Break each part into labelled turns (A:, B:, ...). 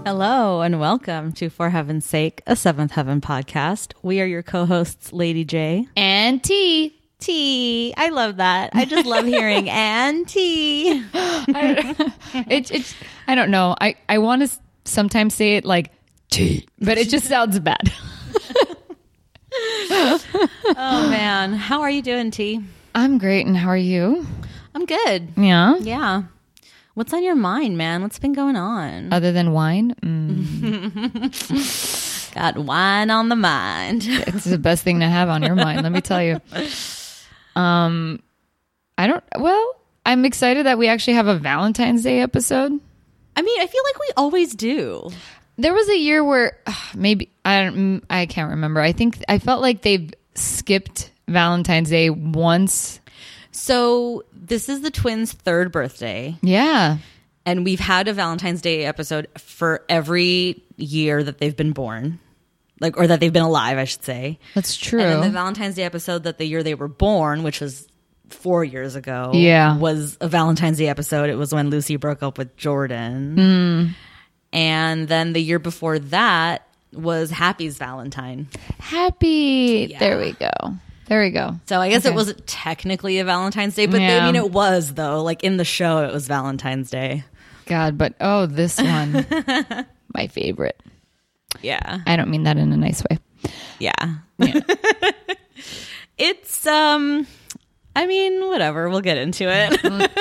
A: Hello and welcome to For Heaven's Sake, a Seventh Heaven podcast. We are your co hosts, Lady J.
B: and T.
A: T. I love that. I just love hearing and T.
B: It's it's I don't know. I I want to sometimes say it like T, but it just sounds bad.
A: Oh, man. How are you doing, T?
B: I'm great, and how are you?
A: I'm good.
B: Yeah.
A: Yeah. What's on your mind, man? What's been going on?
B: Other than wine, mm,
A: Got wine on the mind.
B: it's the best thing to have on your mind. Let me tell you. Um, I don't. Well, I'm excited that we actually have a Valentine's Day episode.
A: I mean, I feel like we always do.
B: There was a year where ugh, maybe I don't. mm, I can't remember. I think I felt like they've skipped Valentine's Day once.
A: So, this is the twins' third birthday.
B: Yeah.
A: and we've had a Valentine's Day episode for every year that they've been born, like or that they've been alive, I should say.
B: That's true.
A: And then the Valentine's Day episode that the year they were born, which was four years ago,
B: Yeah.
A: was a Valentine's Day episode. It was when Lucy broke up with Jordan,
B: Hmm.
A: and then the year before that was Happy's Valentine.
B: Happy. There we go. There we go.
A: So I guess it wasn't technically a Valentine's Day, but
B: Yeah.
A: I mean it was though. Like in the show, it was Valentine's Day.
B: God, but oh, this one, my favorite.
A: Yeah.
B: I don't mean that in a nice way.
A: Yeah. it's um I mean, whatever, we'll get into it.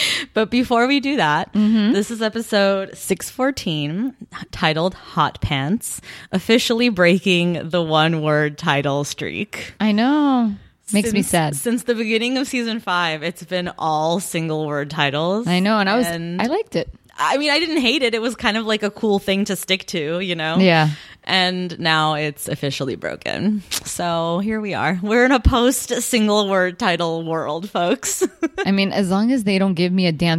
A: but before we do that,
B: Mm-hmm.
A: this is episode 614 titled Hot Pants, officially breaking the one word title streak.
B: I know. Makes me
A: Since-
B: sad.
A: Since the beginning of season 5, it's been all single word titles.
B: I know, and I was.
A: And-
B: I liked it.
A: I mean, I didn't hate it. It was kind of like a cool thing to stick to, you know?
B: Yeah.
A: And now it's officially broken. So here we are. We're in a post single word title world, folks.
B: I mean, as long as they don't give me a damn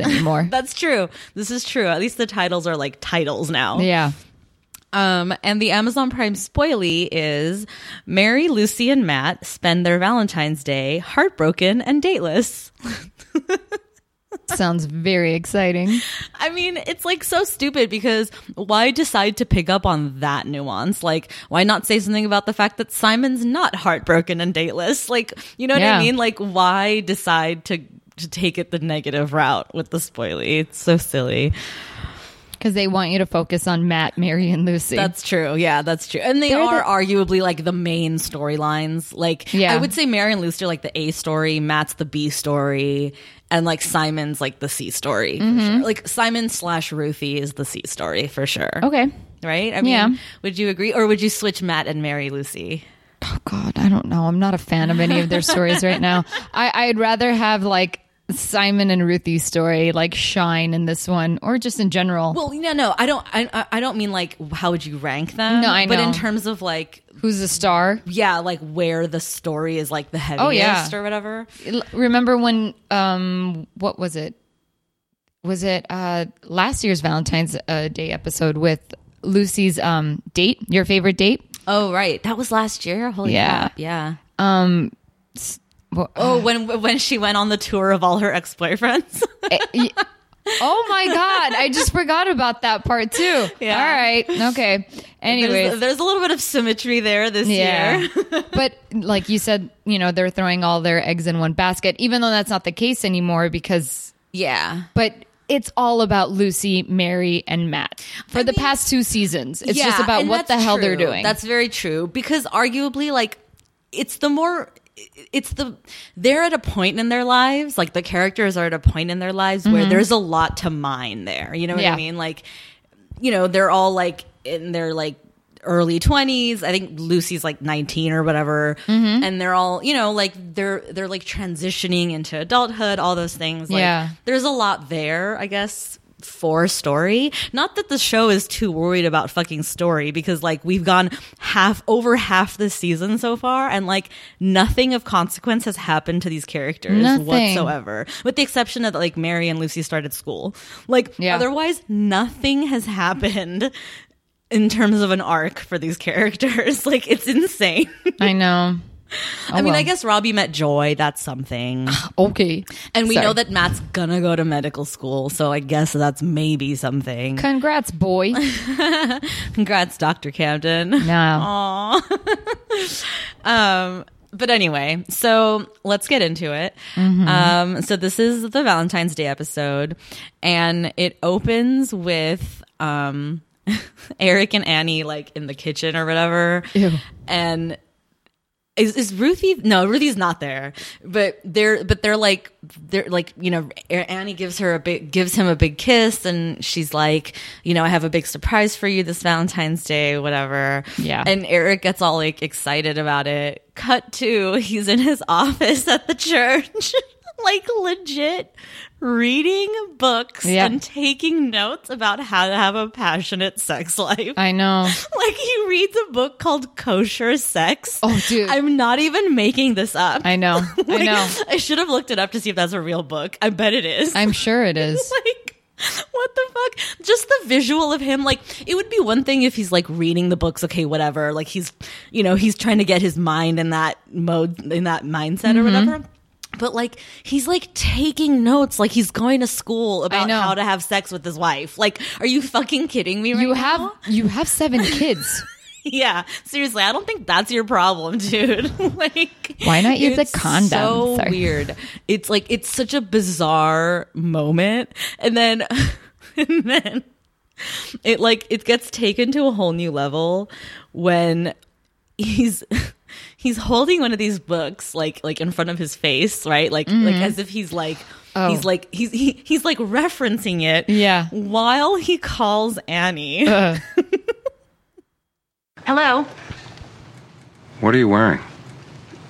B: anymore.
A: That's true. This is true. At least the titles are like titles now.
B: yeah.
A: Um, and the Amazon Prime spoilie is Mary, Lucy, and Matt spend their Valentine's Day heartbroken and dateless.
B: Sounds very exciting.
A: I mean, it's like so stupid because why decide to pick up on that nuance? Like, why not say something about the fact that Simon's not heartbroken and dateless? Like, you know what I
B: Yeah.
A: mean? Like, why decide to to take it the negative route with the spoilie? It's so silly.
B: Because they want you to focus on Matt, Mary, and Lucy.
A: That's true. Yeah, that's true. And they
B: They're
A: are
B: the-
A: arguably like the main storylines. Like
B: Yeah.
A: I would say Mary and Lucy are like the A story, Matt's the B story, and like Simon's like the C story. for sure. Like Simon slash Ruthie is the C story for sure.
B: okay.
A: Right? I mean,
B: Yeah.
A: would you agree? Or would you switch Matt and Mary Lucy?
B: Oh God, I don't know. I'm not a fan of any of their stories right now. I, I'd rather have like Simon and Ruthie's story like shine in this one, or just in general.
A: Well, no, no, I don't. I, I- I don't mean like how would you rank them.
B: No, I
A: But
B: know.
A: in terms of like,
B: Who's the star?
A: yeah, like where the story is like the heaviest
B: yeah.
A: or whatever.
B: L- Remember when? Um, what was it? Was it uh, last year's Valentine's uh, Day episode with Lucy's um, date? Your favorite date?
A: Oh, right, that was last year. Holy
B: Yeah.
A: crap! Yeah.
B: Well,
A: Oh, when when she went on the tour of all her ex boyfriends.
B: eh, y- oh my God! I just forgot about that part too.
A: Yeah.
B: All right. Okay. Anyways,
A: there's, there's a little bit of symmetry there this year.
B: but like you said, you know, they're throwing all their eggs in one basket, even though that's not the case anymore because,
A: Yeah.
B: but it's all about Lucy, Mary, and Matt for the past two seasons. It's just
A: Yeah,
B: about
A: and
B: what the
A: that's
B: hell they're
A: true.
B: doing.
A: That's very true because arguably, like, it's the more. It's the they're at a point in their lives, like the characters are at a point in their lives where there's a lot to mine there. You know what
B: Mm-hmm. Yeah.
A: I mean? Like, you know, they're all like in their like early 20s. I think Lucy's like 19 or whatever.
B: Mm-hmm.
A: And they're all, you know, like they're they're like transitioning into adulthood, all those things. Like,
B: Yeah.
A: There's a lot there, I guess, for story. Not that the show is too worried about fucking story because like we've gone half over half this season so far and like nothing of consequence has happened to these characters
B: Nothing.
A: whatsoever. With the exception of like Mary and Lucy started school. Like
B: Yeah.
A: otherwise nothing has happened in terms of an arc for these characters. Like it's insane.
B: I know. Oh,
A: I mean,
B: well.
A: I guess Robbie met Joy. That's something.
B: Okay.
A: And we
B: Sorry.
A: know that Matt's gonna go to medical school, so I guess that's maybe something.
B: Congrats, boy.
A: Congrats, Dr. Camden.
B: No.
A: Um, but anyway, so let's get into it.
B: Mm-hmm.
A: Um, so this is the Valentine's Day episode, and it opens with um, Eric and Annie like in the kitchen or whatever,
B: Ew.
A: and. Is, is Ruthie? No, Ruthie's not there. But they're but they're like they're like you know Annie gives her a big gives him a big kiss and she's like you know I have a big surprise for you this Valentine's Day whatever
B: Yeah.
A: and Eric gets all like excited about it. Cut to he's in his office at the church, like legit reading books
B: Yeah.
A: and taking notes about how to have a passionate sex life.
B: I know.
A: like he reads a book called Kosher Sex.
B: Oh, dude.
A: I'm not even making this up.
B: I know. I
A: Like,
B: know.
A: I should have looked it up to see if that's a real book. I bet it is
B: I'm sure it is.
A: like what the fuck just the visual of him like it would be one thing if he's like reading the books okay whatever like he's you know he's trying to get his mind in that mode in that mindset
B: Mm-hmm.
A: or whatever but like he's like taking notes like he's going to school about
B: know.
A: how to have sex with his wife like are you fucking kidding me right
B: You have
A: now?
B: you have seven kids.
A: yeah seriously i don't think that's your problem dude like
B: Why not use a
A: it's
B: condom?
A: so
B: Sorry.
A: weird it's like it's such a bizarre moment and then and then it like it gets taken to a whole new level when he's he's holding one of these books like like in front of his face right like like as if he's like
B: Mm-hmm. Oh.
A: he's like he's he, he's like referencing it
B: Yeah.
A: while he calls annie
B: Ugh.
C: Hello,
D: What are you wearing?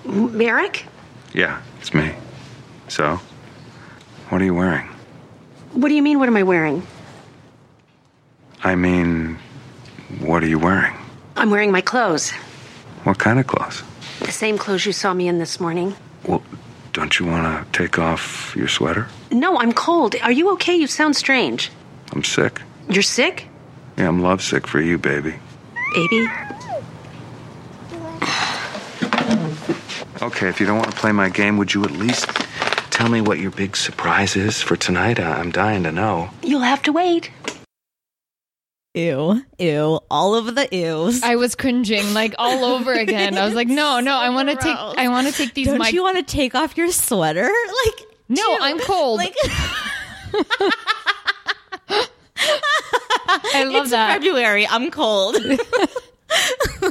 C: Merrick?
D: Yeah, it's me. So? What are you wearing?
C: What do you mean, what am I wearing?
D: I mean, what are you wearing?
C: I'm wearing my clothes.
D: What kind of clothes?
C: The same clothes you saw me in this morning.
D: Well, don't you want to take off your sweater?
C: No, I'm cold. Are you okay? You sound strange.
D: I'm sick.
C: You're sick?
D: Yeah, I'm lovesick for you, baby.
C: Baby?
D: Okay, if you don't want to play my game, would you at least tell me what your big surprise is for tonight? I- I'm dying to know.
C: You'll have to wait.
A: ew ew all of the ews
B: I was cringing like all over again. I was like, no, no, I want to take
A: gross.
B: I want to take these
A: Don't
B: mic-
A: you want to take off your sweater? Like,
B: No,
A: dude,
B: I'm cold.
A: Like,
B: I love
A: it's
B: that.
A: February. I'm cold.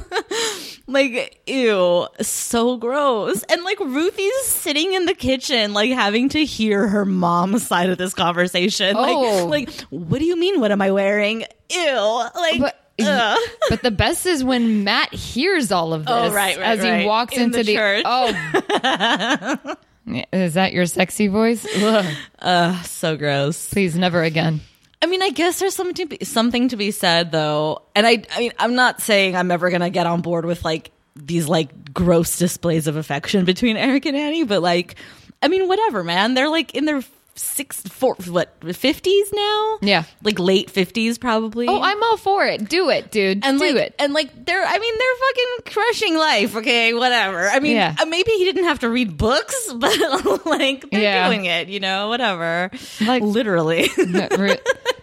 A: like, ew, so gross. And like, Ruthie's sitting in the kitchen, like having to hear her mom's side of this conversation.
B: Oh.
A: Like, like, what do you mean? What am I wearing? Ew. Like,
B: But,
A: ugh.
B: but the best is when Matt hears all of this
A: Oh, right, right,
B: as he
A: right.
B: walks
A: In
B: into
A: the
B: the,
A: church.
B: oh. Is that your sexy voice? Ugh.
A: so gross.
B: Please, never again.
A: I mean, I guess there's something to be, something to be said though, and I I mean, I'm not saying I'm ever gonna get on board with like these like gross displays of affection between Eric and Annie, but like, I mean, whatever, man. They're like in their six, four, what, fifties now?
B: Yeah.
A: like late fifties probably.
B: Oh, I'm all for it. Do it, dude.
A: and
B: Do
A: like,
B: it.
A: and like they're I mean they're fucking crushing life. Okay, whatever. I mean,
B: Yeah.
A: uh, maybe he didn't have to read books, but like they're
B: Yeah.
A: doing it. You know, whatever.
B: Like-
A: literally.
B: No, re-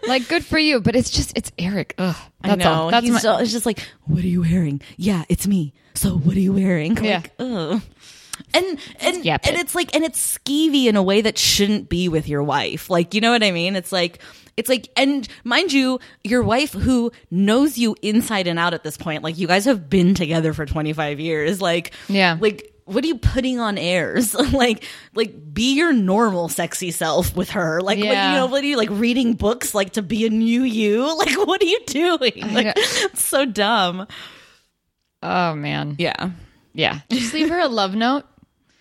B: like good for you, but it's just it's Eric. Ugh, that's
A: I know.
B: all. That's
A: He's
B: my.
A: so- it's just like, what are you wearing? Yeah, it's me. So what are you wearing?
B: Yeah.
A: Like, ugh. And and
B: Yap
A: and
B: it.
A: it's like and it's skeevy in a way that shouldn't be with your wife. Like, you know what I mean? It's like it's like and mind you, your wife who knows you inside and out at this point, like you guys have been together for 25 years. Like
B: Yeah.
A: Like what are you putting on airs? like like be your normal sexy self with her. Like like,
B: Yeah.
A: you know, what are you like reading books like to be a new you? Like, what are you doing? Like,
B: know.
A: it's so dumb.
B: oh man.
A: Yeah. That
B: Yeah. Just leave her a love note.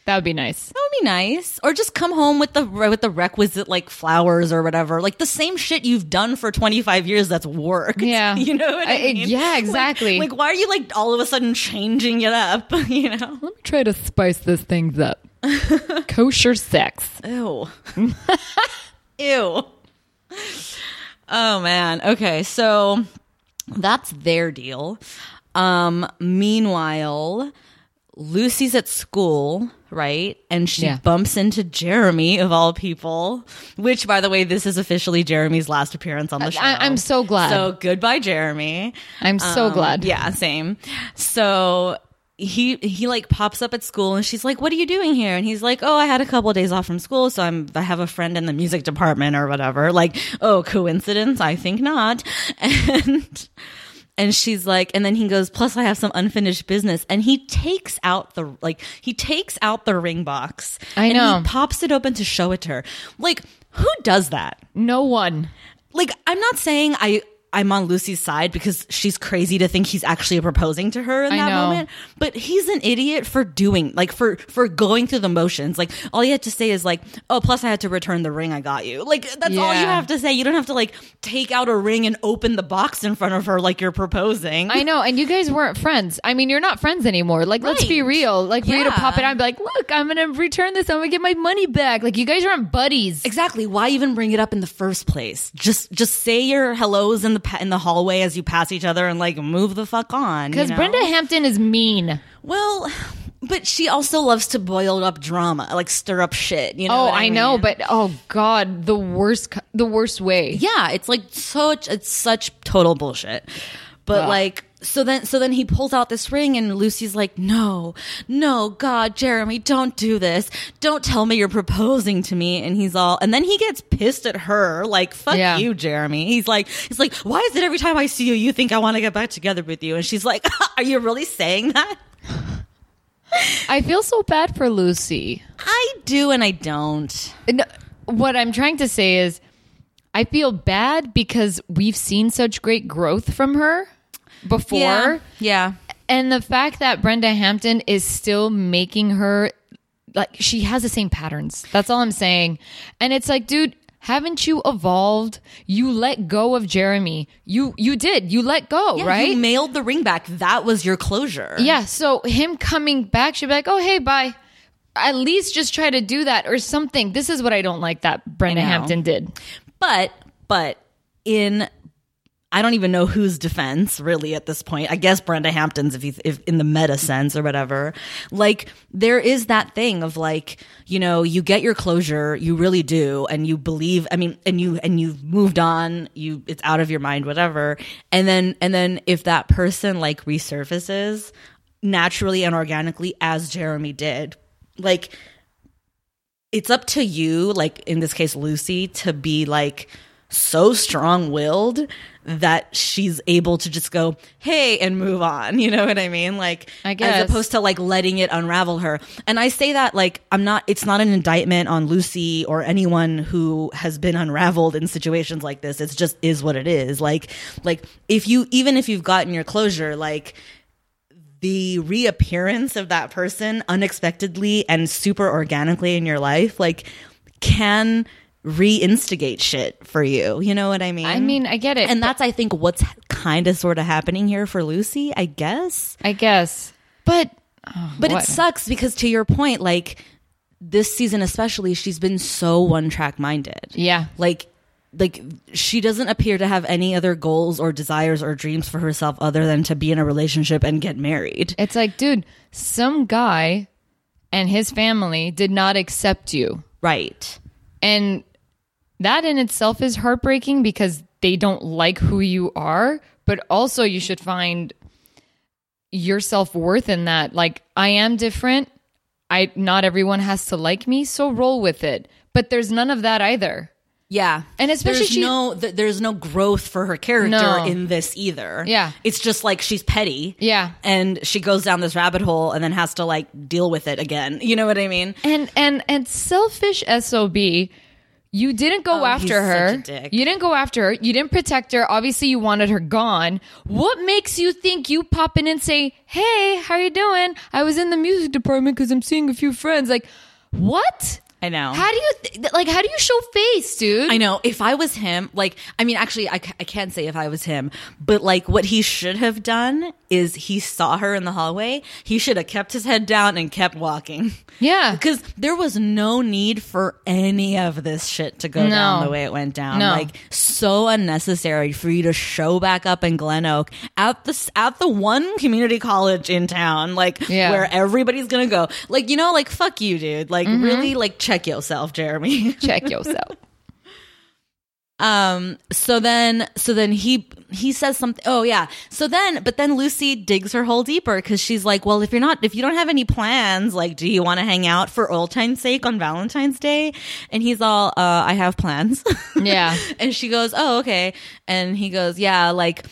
B: That would be nice.
A: would be nice. Or just come home with the with the requisite like flowers or whatever. Like the same shit you've done for 25 years that's worked.
B: Yeah.
A: You know what I,
B: I- I-
A: mean?
B: yeah,
A: Like-
B: exactly.
A: Like, why are you like all of a sudden changing it up, you know?
B: Let me try to spice this thing up. Kosher sex.
A: Ew. Ew. Oh man. Okay, so that's their deal. Um meanwhile, Lucy's at school, right? And she
B: Yeah.
A: bumps into Jeremy of all people, which by the way, this is officially Jeremy's last appearance on the show.
B: I- I'm so glad.
A: So goodbye Jeremy.
B: I'm so
A: Um,
B: glad.
A: Yeah, same. So he he like pops up at school and she's like, "What are you doing here?" And he's like, "Oh, I had a couple of days off from school, so I'm I have a friend in the music department or whatever." Like, "Oh, coincidence? I think not." And and she's like, and then he goes, "Plus, I have some unfinished business." And he takes out the like he takes out the ring box.
B: I
A: and
B: know.
A: He pops it open to show it to her. Like, who does that?
B: No one.
A: like I'm not saying I I'm on Lucy's side because she's crazy to think he's actually proposing to her in
B: I
A: that
B: know.
A: moment, but he's an idiot for doing like for for going through the motions. Like all you had to say is like, "Oh, plus I had to return the ring I got you." Like that's all you
B: Yeah.
A: have to say. You don't have to like take out a ring and open the box in front of her like you're proposing.
B: I know, and you guys weren't friends. I mean, you're not friends anymore. Like, let's be
A: Right.
B: real. Like, for you to
A: Yeah.
B: pop it on and be like, look, I'm going to return this. I'm going to get my money back. Like, you guys aren't buddies.
A: Exactly. Why even bring it up in the first place? Just just say your hellos in the pa- in the hallway as you pass each other and like move the fuck on. you
B: Because
A: know?
B: Brenda Hampton is mean.
A: Well, but she also loves to boil up drama, like stir up shit. You know?
B: Oh,
A: what
B: I, know,
A: mean?
B: but oh god, the worst, co- the worst way.
A: yeah, it's like such it's such total bullshit. But like, so then so then he pulls out this ring, and Lucy's like, "No, no, God, Jeremy, don't do this. Don't tell me you're proposing to me." And he's all, and then he gets pissed at her, like, "Fuck
B: Yeah.
A: you, Jeremy." He's like, he's like, "Why is it every time I see you, you think I want to get back together with you?" And she's like, "Are you really saying that?"
B: I feel so bad for Lucy.
A: I do, and I don't.
B: No, what I'm trying to say is, I feel bad because we've seen such great growth from her before,
A: yeah.
B: and the fact that Brenda Hampton is still making her like she has the same patterns. That's all I'm saying, and it's like, dude. Haven't you evolved? You let go of Jeremy. You you did. You let go,
A: Yeah,
B: right?
A: You mailed the ring back. That was your closure.
B: Yeah, so him coming back should be like, oh, hey, bye. At least just try to do that or something. This is what I don't like that Brenda
A: I know.
B: Hampton did.
A: But but in I don't even know whose defense really at this point. I guess Brenda Hampton's if you if in the meta sense or whatever. Like there is that thing of like, you know, you get your closure, you really do, and you believe, I mean, and you and you've moved on, you it's out of your mind whatever. And then and then if that person like resurfaces naturally and organically as Jeremy did, like it's up to you, like in this case, Lucy, to be like so strong willed that she's able to just go, hey, and move on. You know what I mean? Like,
B: I guess.
A: as opposed to like letting it unravel her. And I say that like, I'm not, it's not an indictment on Lucy or anyone who has been unraveled in situations like this. It's just is what it is. Like, like if you, even if you've gotten your closure, like, the reappearance of that person unexpectedly and super organically in your life like can reinstigate shit for you you know what i mean
B: I mean, I get it.
A: and that's i think what's kind of sort of happening here for lucy i guess
B: I guess. But
A: but
B: What?
A: it sucks because to your point like this season especially she's been so one track minded
B: yeah,
A: like like she doesn't appear to have any other goals or desires or dreams for herself other than to be in a relationship and get married
B: it's like, dude, some guy and his family did not accept you.
A: right
B: And that in itself is heartbreaking because they don't like who you are, but also you should find your self-worth in that. Like I am different. I not everyone has to like me, so roll with it. But there's none of that either.
A: Yeah,
B: And especially
A: there's
B: she-
A: no th- there's no growth for her character
B: No.
A: in this either.
B: Yeah.
A: it's just like she's petty.
B: Yeah.
A: and she goes down this rabbit hole and then has to like deal with it again. You know what I mean?
B: And and and selfish sob. You didn't go after
A: Oh, he's
B: her.
A: such a dick.
B: You didn't go after her. You didn't protect her. Obviously, you wanted her gone. What makes you think you pop in and say, "Hey, how you doing? I was in the music department because I'm seeing a few friends." Like, what?
A: I know.
B: How do you th- like? How do you show face, dude?
A: I know. If I was him, like, I mean, actually, I, ca- I can't say if I was him, but like, what he should have done is he saw her in the hallway. He should have kept his head down and kept walking.
B: Yeah.
A: Because there was no need for any of this shit to go
B: No.
A: down the way it went down.
B: No.
A: Like, so unnecessary for you to show back up in Glen Oak at the, s- at the one community college in town, like,
B: Yeah.
A: where everybody's gonna go. Like, you know, like, fuck you, dude. Like,
B: Mm-hmm.
A: really, like, check yourself, Jeremy.
B: Check yourself.
A: Um. So then, so then he he says something. Oh yeah. So then, but then Lucy digs her hole deeper because she's like, well, if you're not, if you don't have any plans, like, do you want to hang out for old time's sake on Valentine's Day? And he's all, uh, I have plans.
B: Yeah.
A: and she goes, oh okay. And he goes, yeah, like.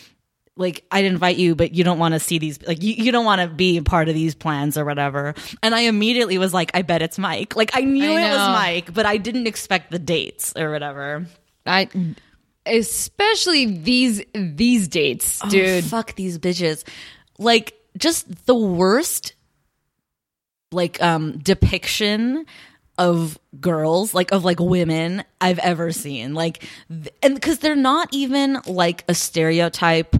A: Like I'd invite you, but you don't want to see these. Like you, you don't want to be a part of these plans or whatever. And I immediately was like, I bet it's Mike. Like I knew
B: I
A: it was
B: know.
A: Mike, but I didn't expect the dates or whatever.
B: I especially these these dates, dude.
A: Oh, fuck these bitches. Like just the worst like um depiction of girls, like of like women I've ever seen. Like th- and cuz they're not even like a stereotype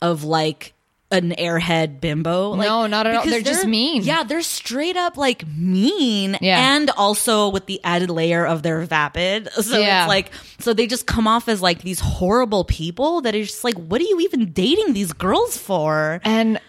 A: of like an airhead bimbo. Like,
B: No, not at all.
A: because
B: They're just mean.
A: Yeah, they're straight up like mean,
B: Yeah.
A: and also with the added layer of they're vapid. So
B: Yeah.
A: it's like so they just come off as like these horrible people that are just like, what are you even dating these girls for?
B: and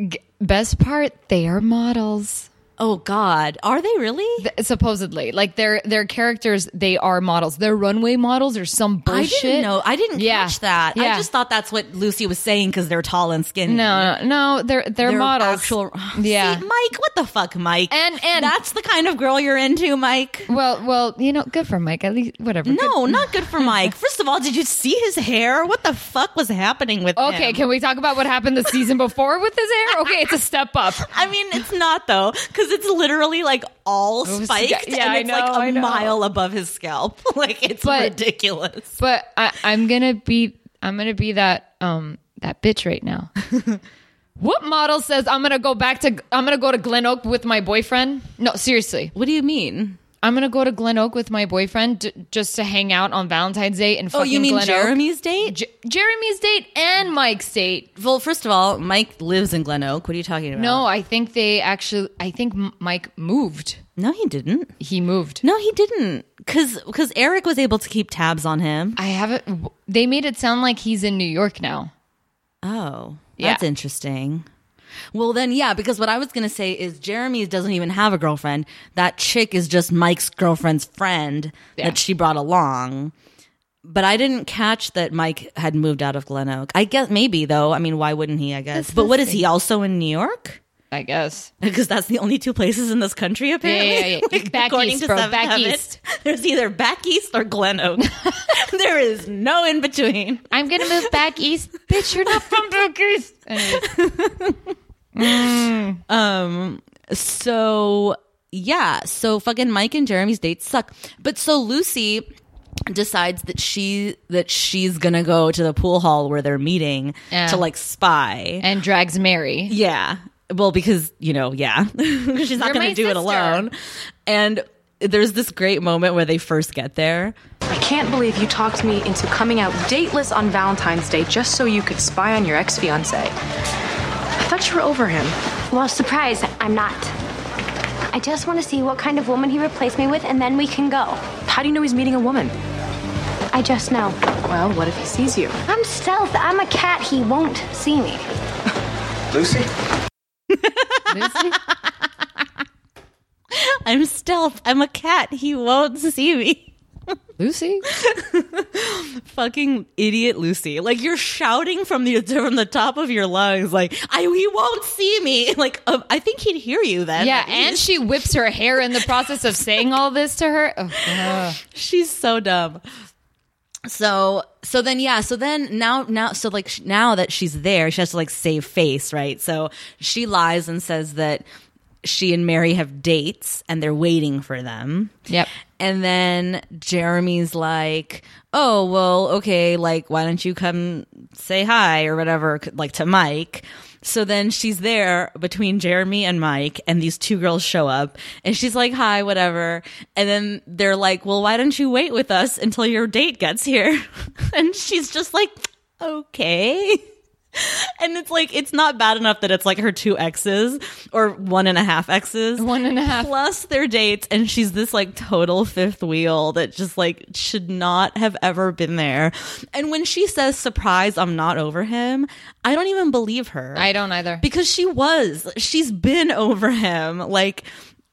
B: g- best part, they are models.
A: Oh God, are they really?
B: Th- Supposedly, like their their characters, they are models. They're runway models or some bullshit.
A: I didn't know. I didn't
B: oh, Yeah.
A: catch that.
B: Yeah.
A: I just thought that's what Lucy was saying because they're tall and skinny.
B: No, no, no, they're they're,
A: They're
B: models.
A: actual-
B: yeah.
A: See, Mike, what the fuck, Mike?
B: And- and-
A: that's the kind of girl you're into, Mike.
B: well, well, you know, good for Mike. At least whatever.
A: No, not good for Mike. First of all, did you see his hair? What the fuck was happening with him?
B: Okay, can we talk about what happened the season before with his hair? Okay, it's a step up.
A: I mean, it's not though, because it's literally like all
B: was-
A: spiked,
B: Oh, yeah, I
A: and it's
B: know, I
A: like a
B: know.
A: mile above his scalp. like it's
B: But-
A: ridiculous.
B: But I, I'm gonna be I'm gonna be that um that bitch right now. what model says I'm gonna go back to I'm gonna go to Glen Oak with my boyfriend? No, seriously,
A: What do you mean?
B: I'm gonna go to Glen Oak with my boyfriend d- just to hang out on Valentine's Day and
A: Oh,
B: fucking
A: you mean
B: Glen
A: Jeremy's date?
B: Oak. J- Jeremy's date and Mike's date.
A: well, first of all, Mike lives in Glen Oak. What are you talking about?
B: No, I think they actually. I think M- Mike moved.
A: no, he didn't.
B: He moved.
A: No, he didn't. Because Eric was able to keep tabs on him.
B: I haven't. They made it sound like he's in New York now.
A: Oh,
B: Yeah.
A: that's interesting. Well, then, yeah, because what I was going to say is Jeremy doesn't even have a girlfriend. That chick is just Mike's girlfriend's friend
B: Yeah.
A: that she brought along. But I didn't catch that Mike had moved out of Glen Oak. I guess maybe, though. I mean, why wouldn't he? I guess.
B: That's
A: but what
B: the
A: is he also in New York?
B: I guess.
A: Because that's the only two places in this country, apparently.
B: yeah, yeah. Back east, bro.
A: Seventh
B: Back
A: Heaven,
B: east.
A: There's either back east or Glen Oak. there is no in between.
B: I'm gonna move back east. Bitch, you're not from back east. Anyways.
A: So yeah, so fucking Mike and Jeremy's dates suck. But so Lucy decides that she that she's gonna go to the pool hall where they're meeting
B: Yeah.
A: to like spy.
B: And drags Mary.
A: Yeah. Well, because you know, yeah, she's not
B: You're
A: gonna
B: my
A: do it
B: sister.
A: alone. And there's this great moment where they first get there.
E: I can't believe you talked me into coming out dateless on Valentine's Day just so you could spy on your ex fiance. I thought you were over him.
F: Well, surprise, I'm not. I just want to see what kind of woman he replaced me with, and then we can go.
E: How do you know he's meeting a woman?
F: I just know.
E: Well, what if he sees you?
F: I'm stealth. I'm a cat. He won't see me.
D: Lucy?
B: Lucy?
A: I'm stealth. I'm a cat. He won't see me.
B: Lucy?
A: Fucking idiot, Lucy! Like you're shouting from the from the top of your lungs, like I he won't see me. Like um, I think he'd hear you then.
B: Yeah,
A: at
B: and
A: least.
B: she whips her hair in the process of saying all this to her. Oh, ugh.
A: she's so dumb. So so then yeah so then now now so like sh- now that she's there she has to like save face right so she lies and says that she and Mary have dates and they're waiting for them.
B: Yep.
A: And then Jeremy's like, "Oh, well, okay, like why don't you come say hi or whatever c- like to Mike?" So then she's there between Jeremy and Mike and these two girls show up and she's like, "Hi, whatever." And then they're like, "Well, why don't you wait with us until your date gets here?" and she's just like, "Okay." And it's like it's not bad enough that it's like her two exes or one and a half exes,
B: One and a half.
A: plus their dates, and she's this like total fifth wheel that just like should not have ever been there. And when she says surprise, I'm not over him, I don't even believe her
B: I don't either.
A: because she was she's been over him like.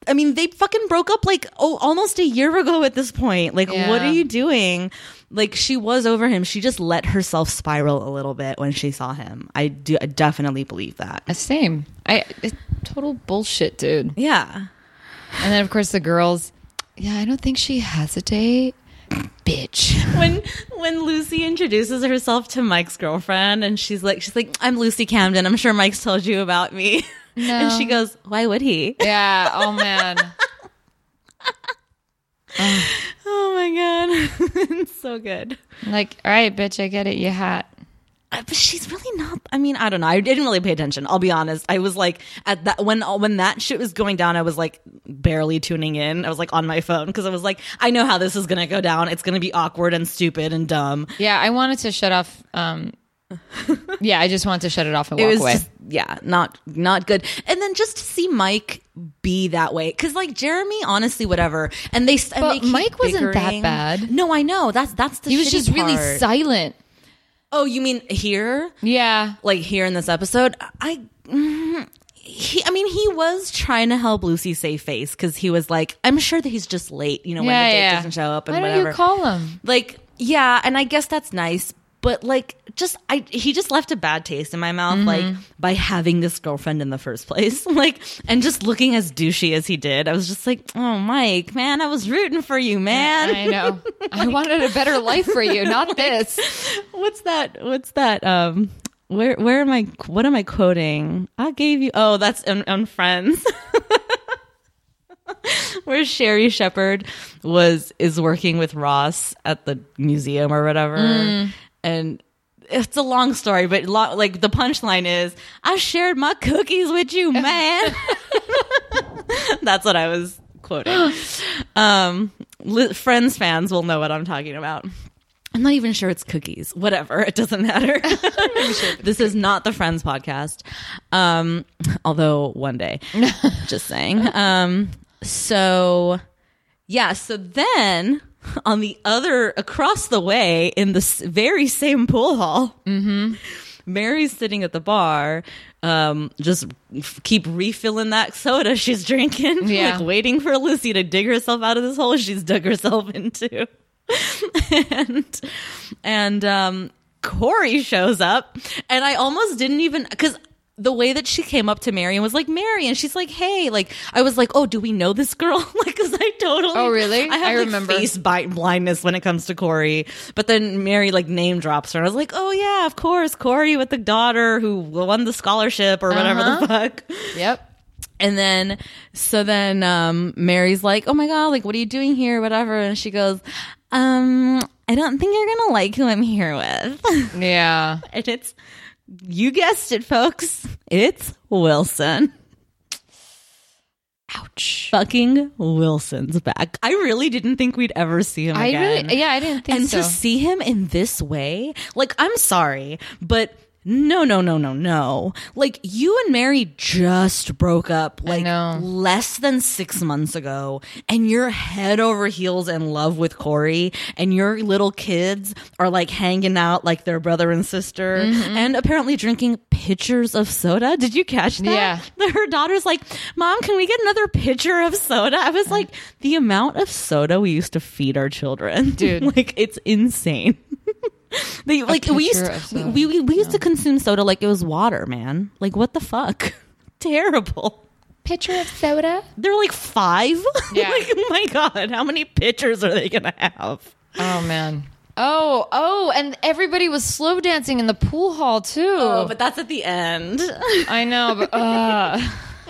A: I mean, they fucking broke up like oh, almost a year ago at this point. Like, what
B: Yeah.
A: are you doing? Like, she was over him. She just let herself spiral a little bit when she saw him. I do I definitely believe that.
B: Uh, Same. I it, total bullshit, dude.
A: Yeah.
B: And then of course the girls. Yeah, I don't think she has a date, bitch.
A: when when Lucy introduces herself to Mike's girlfriend and she's like she's like I'm Lucy Camden. I'm sure Mike's told you about me. And she goes, "Why would he?"
B: Yeah. Oh man.
A: Oh my god. it's so good.
B: like, all right, bitch. I get it. You hat.
A: Uh, But she's really not I mean, I don't know. I didn't really pay attention. I'll be honest. I was like at that when when that shit was going down, I was like barely tuning in. I was like on my phone because I was like I know how this is going to go down. It's going to be awkward and stupid and dumb.
B: Yeah, I wanted to shut off. Um, yeah, I just wanted to shut it off and
A: it
B: walk
A: was
B: away.
A: just yeah not not good and then just to see mike be that way because like jeremy honestly whatever and they and
B: But
A: they keep
B: Mike wasn't that
A: bickering.
B: bad.
A: no i know that's that's the
B: he was
A: shitty
B: just really
A: part.
B: silent.
A: oh you mean here
B: Yeah,
A: like here in this episode i mm, he, I mean, he was trying to help Lucy save face because he was like, "I'm sure that he's just late, you know, when
B: yeah,
A: the date
B: yeah.
A: doesn't show up and
B: Why
A: whatever."
B: don't you call him?
A: like yeah and i guess that's nice but like just i he just left a bad taste in my mouth like by having this girlfriend in the first place like and just looking as douchey as he did i was just like oh mike man i was rooting for you man
B: I know. I wanted a better life for you, not this.
A: what's that what's that um where where am i what am i quoting i gave you oh that's on, on friends where sherry shepard was is working with ross at the museum or whatever and it's a long story but lo- like the punchline is i shared my cookies with you man that's what i was quoting um li- friends fans will know what i'm talking about I'm not even sure it's cookies. Whatever, it doesn't matter. this is not the Friends podcast. Um, although one day, just saying. Um, so yeah, so then on the other across the way in the s- very same pool hall, Mary's sitting at the bar, um, just f- keep refilling that soda she's drinking,
B: Yeah.
A: like waiting for Lucy to dig herself out of this hole she's dug herself into. and and um, Corey shows up, and I almost didn't even because the way that she came up to Mary and was like Mary, and she's like, "Hey," like I was like, "Oh, do we know this girl?" like, because I totally,
B: Oh, really?
A: I have
B: I
A: like,
B: remember.
A: face bi- blindness when it comes to Corey, but then Mary like name drops her, and I was like, "Oh yeah, of course, Corey with the daughter who won the scholarship or whatever
B: Uh-huh.
A: the fuck."
B: Yep.
A: And then, so then, um, Mary's like, oh my God, like, what are you doing here? Whatever. And she goes, um, I don't think you're going to like who I'm here with.
B: Yeah.
A: and it's, you guessed it, folks. It's Wilson.
B: Ouch.
A: Fucking Wilson's back. I really didn't think we'd ever see him
B: I
A: again.
B: really. Yeah, I didn't think
A: and
B: so.
A: to see him in this way, like, I'm sorry, but no, no, no, no, no. Like, you and Mary just broke up, like,
B: know.
A: less than six months ago, and you're head over heels in love with Corey, and your little kids are like hanging out like their brother and sister,
B: Mm-hmm.
A: and apparently drinking pitchers of soda. Did you catch that?
B: Yeah.
A: Her daughter's like, Mom, can we get another pitcher of soda? I was like, the amount of soda we used to feed our children.
B: Dude.
A: like, it's insane. They, like we used
B: pitcher of
A: we,
B: soda.
A: we, we, used to consume soda like it was water, man. Like what the fuck? Terrible.
B: Pitcher of soda.
A: They're like five.
B: Yeah.
A: like oh my god, how many pitchers are they gonna have?
B: Oh man. Oh, oh, and everybody was slow Oh,
A: Oh.
B: dancing in the pool hall too.
A: that's at the end.
B: I know, but uh,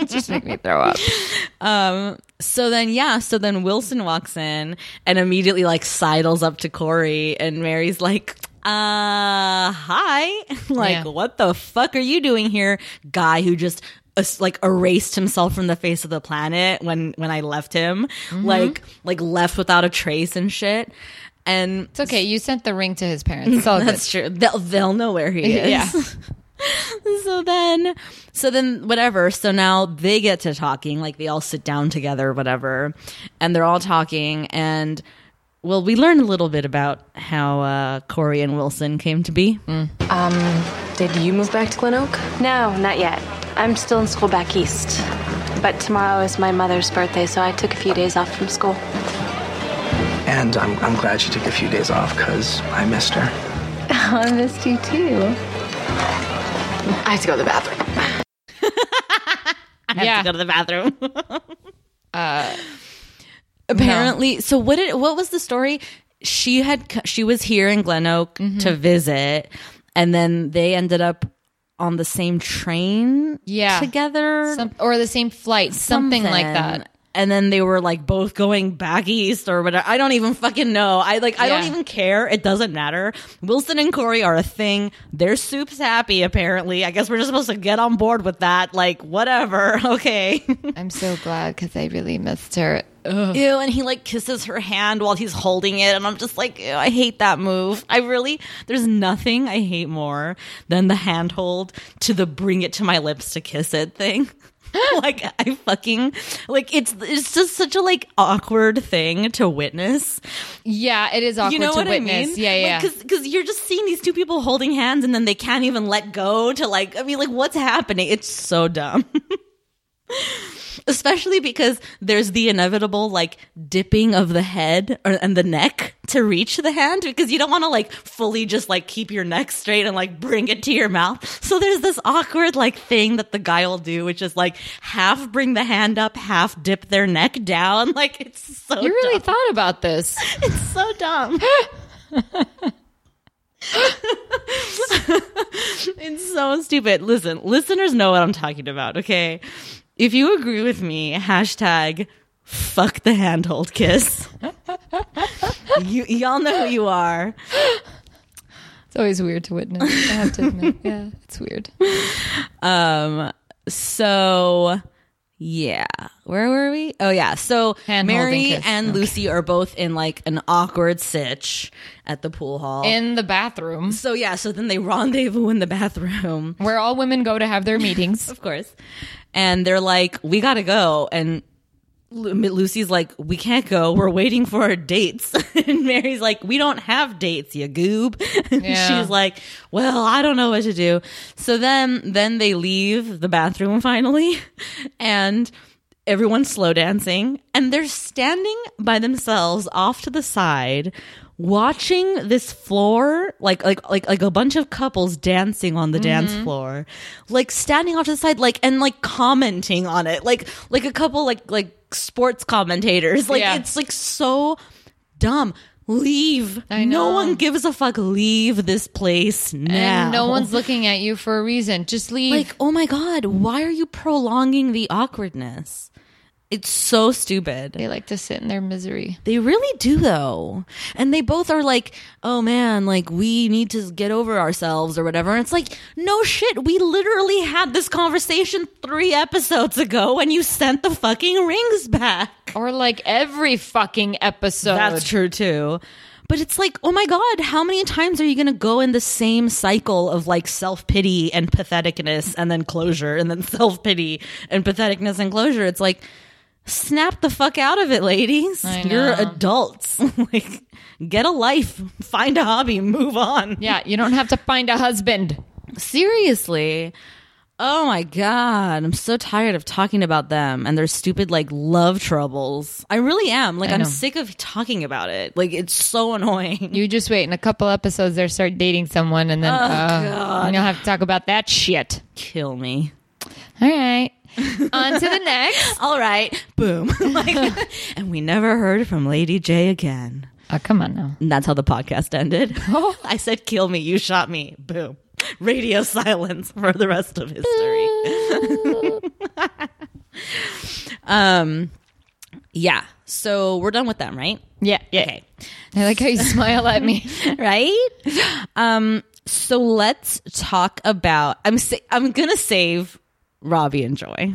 B: just make me throw up.
A: So then, yeah, so then Wilson walks in and immediately like sidles up to Corey, and Mary's like, uh, hi. like,
B: Yeah.
A: what the fuck are you doing here, guy who just. es- Like erased himself from the face of the planet when when I left him, like like left without a trace and shit. And
B: It's okay. You sent the ring to his parents. It's all good.
A: that's true. They'll they'll know where he is.
B: Yeah.
A: so then so then whatever. So now they get to talking, like they all sit down together, whatever, and they're all talking and well, we learned a little bit about how uh, Corey and Wilson came to be.
E: Did you move back to Glen Oak?
G: No, not yet. I'm still in school back east. But tomorrow is my mother's birthday, so I took a few days off from school.
H: And I'm, I'm glad she took a few days off because I missed her.
G: I missed you too.
E: I have to go to the bathroom.
A: I have
B: Yeah.
A: to go to the bathroom. Uh, Apparently, so what did what was the story? She had c- she was here in Glen Oak
B: Mm-hmm.
A: to visit, and then they ended up on the same train,
B: Yeah.
A: together,
B: Some, or the same flight, something, like that.
A: And then they were like both going back east or whatever. I don't even fucking know. I like I don't
B: Yeah.
A: even care. It doesn't matter. Wilson and Corey are a thing. They're soup's happy apparently. I guess we're just supposed to get on board with that. Like whatever. Okay.
B: I'm so glad because I really missed her.
A: Ew, and he like kisses her hand while he's holding it, and I'm just like, ew, I hate that move. I really, there's nothing I hate more than the handhold to the bring it to my lips to kiss it thing. like I fucking like it's it's just such a like awkward thing to witness.
B: Yeah, it is awkward
A: you know
B: to
A: what I
B: witness.
A: mean?
B: Yeah, yeah.
A: Because because you're just seeing these two people holding hands, and then they can't even let go. To like, I mean, like what's happening? It's so dumb. especially because there's the inevitable like dipping of the head or, and the neck to reach the hand because you don't want to like fully just like keep your neck straight and like bring it to your mouth. So there's this awkward like thing that the guy will do, which is like half bring the hand up, half dip their neck down. Like it's so
B: you really
A: dumb.
B: thought about this.
A: it's so dumb. it's so stupid. Listen, listeners know what I'm talking about, okay? If you agree with me, hashtag fuck the handhold kiss. you y'all know who you are.
B: It's always weird to witness. I have to admit. Yeah, it's weird.
A: So yeah, where were we? Oh yeah, so
B: Hand
A: Mary
B: holding
A: and,
B: kiss. Okay.
A: Lucy are both in like an awkward sitch at the pool hall.
B: In the bathroom,
A: so yeah, so then they rendezvous in the bathroom.
B: where all women go to have their meetings.
A: of course. And they're like, we gotta go. And Lu- Lucy's like, we can't go. We're waiting for our dates. and Mary's like, we don't have dates, you goob. And
B: Yeah.
A: She's like, well, I don't know what to do. So then, then they leave the bathroom finally, and everyone's slow dancing, and they're standing by themselves off to the side. Watching this floor, like like like like a bunch of couples dancing
B: Mm-hmm.
A: on the dance floor, like standing off to the side, like and like commenting on it, like like a couple like like sports commentators, like
B: Yeah.
A: it's like so dumb. Leave.
B: I
A: No
B: know.
A: one gives a fuck. Leave this place now.
B: And no one's looking at you for a reason. Just leave.
A: like, oh my god, why are you prolonging the awkwardness? It's so stupid.
B: they like to sit in their misery.
A: They really do though. And they both are like, "Oh man, like we need to get over ourselves or whatever." And it's like, "No shit, we literally had this conversation 3 episodes ago and you sent the fucking rings back."
B: Or like every fucking episode.
A: That's true too. But it's like, oh my God, how many times are you going to go in the same cycle of like self pity and patheticness and then closure and then self pity and patheticness and closure? It's like, snap the fuck out of it, ladies.
B: I
A: You're
B: know.
A: adults. like, get a life, find a hobby, move on.
B: Yeah, you don't have to find a husband.
A: Seriously. Oh my god, I'm so tired of talking about them and their stupid like love troubles. I really am. Like I am
B: know.
A: sick of talking about it. Like it's so annoying.
B: You just wait in a couple episodes, they start dating someone, and then oh, and you'll have to talk about that shit.
A: Kill me.
B: All right, on to the next.
A: All right. Boom. like, and we never heard from Lady J again.
B: Oh, come on now.
A: And that's how the podcast ended. I said kill me, you shot me. Boom. Radio silence for the rest of history. Um, yeah. So we're done with them, right?
B: Yeah, yeah.
A: Okay.
B: I like how you smile at me.
A: right? Um, so let's talk about. I'm sa- I'm gonna save Robbie and Joy.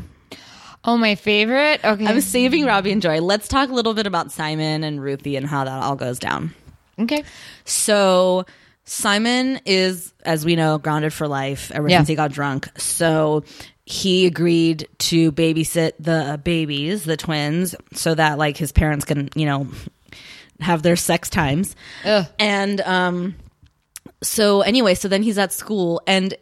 B: Oh, my favorite. Okay,
A: I'm saving Robbie and Joy. Let's talk a little bit about Simon and Ruthie and how that all goes down.
B: okay.
A: So Simon is, as we know, grounded for life ever
B: Yeah.
A: since he got drunk. So he agreed to babysit the babies, the twins, so that like his parents can, you know, have their sex times. And um so anyway, so then he's at school and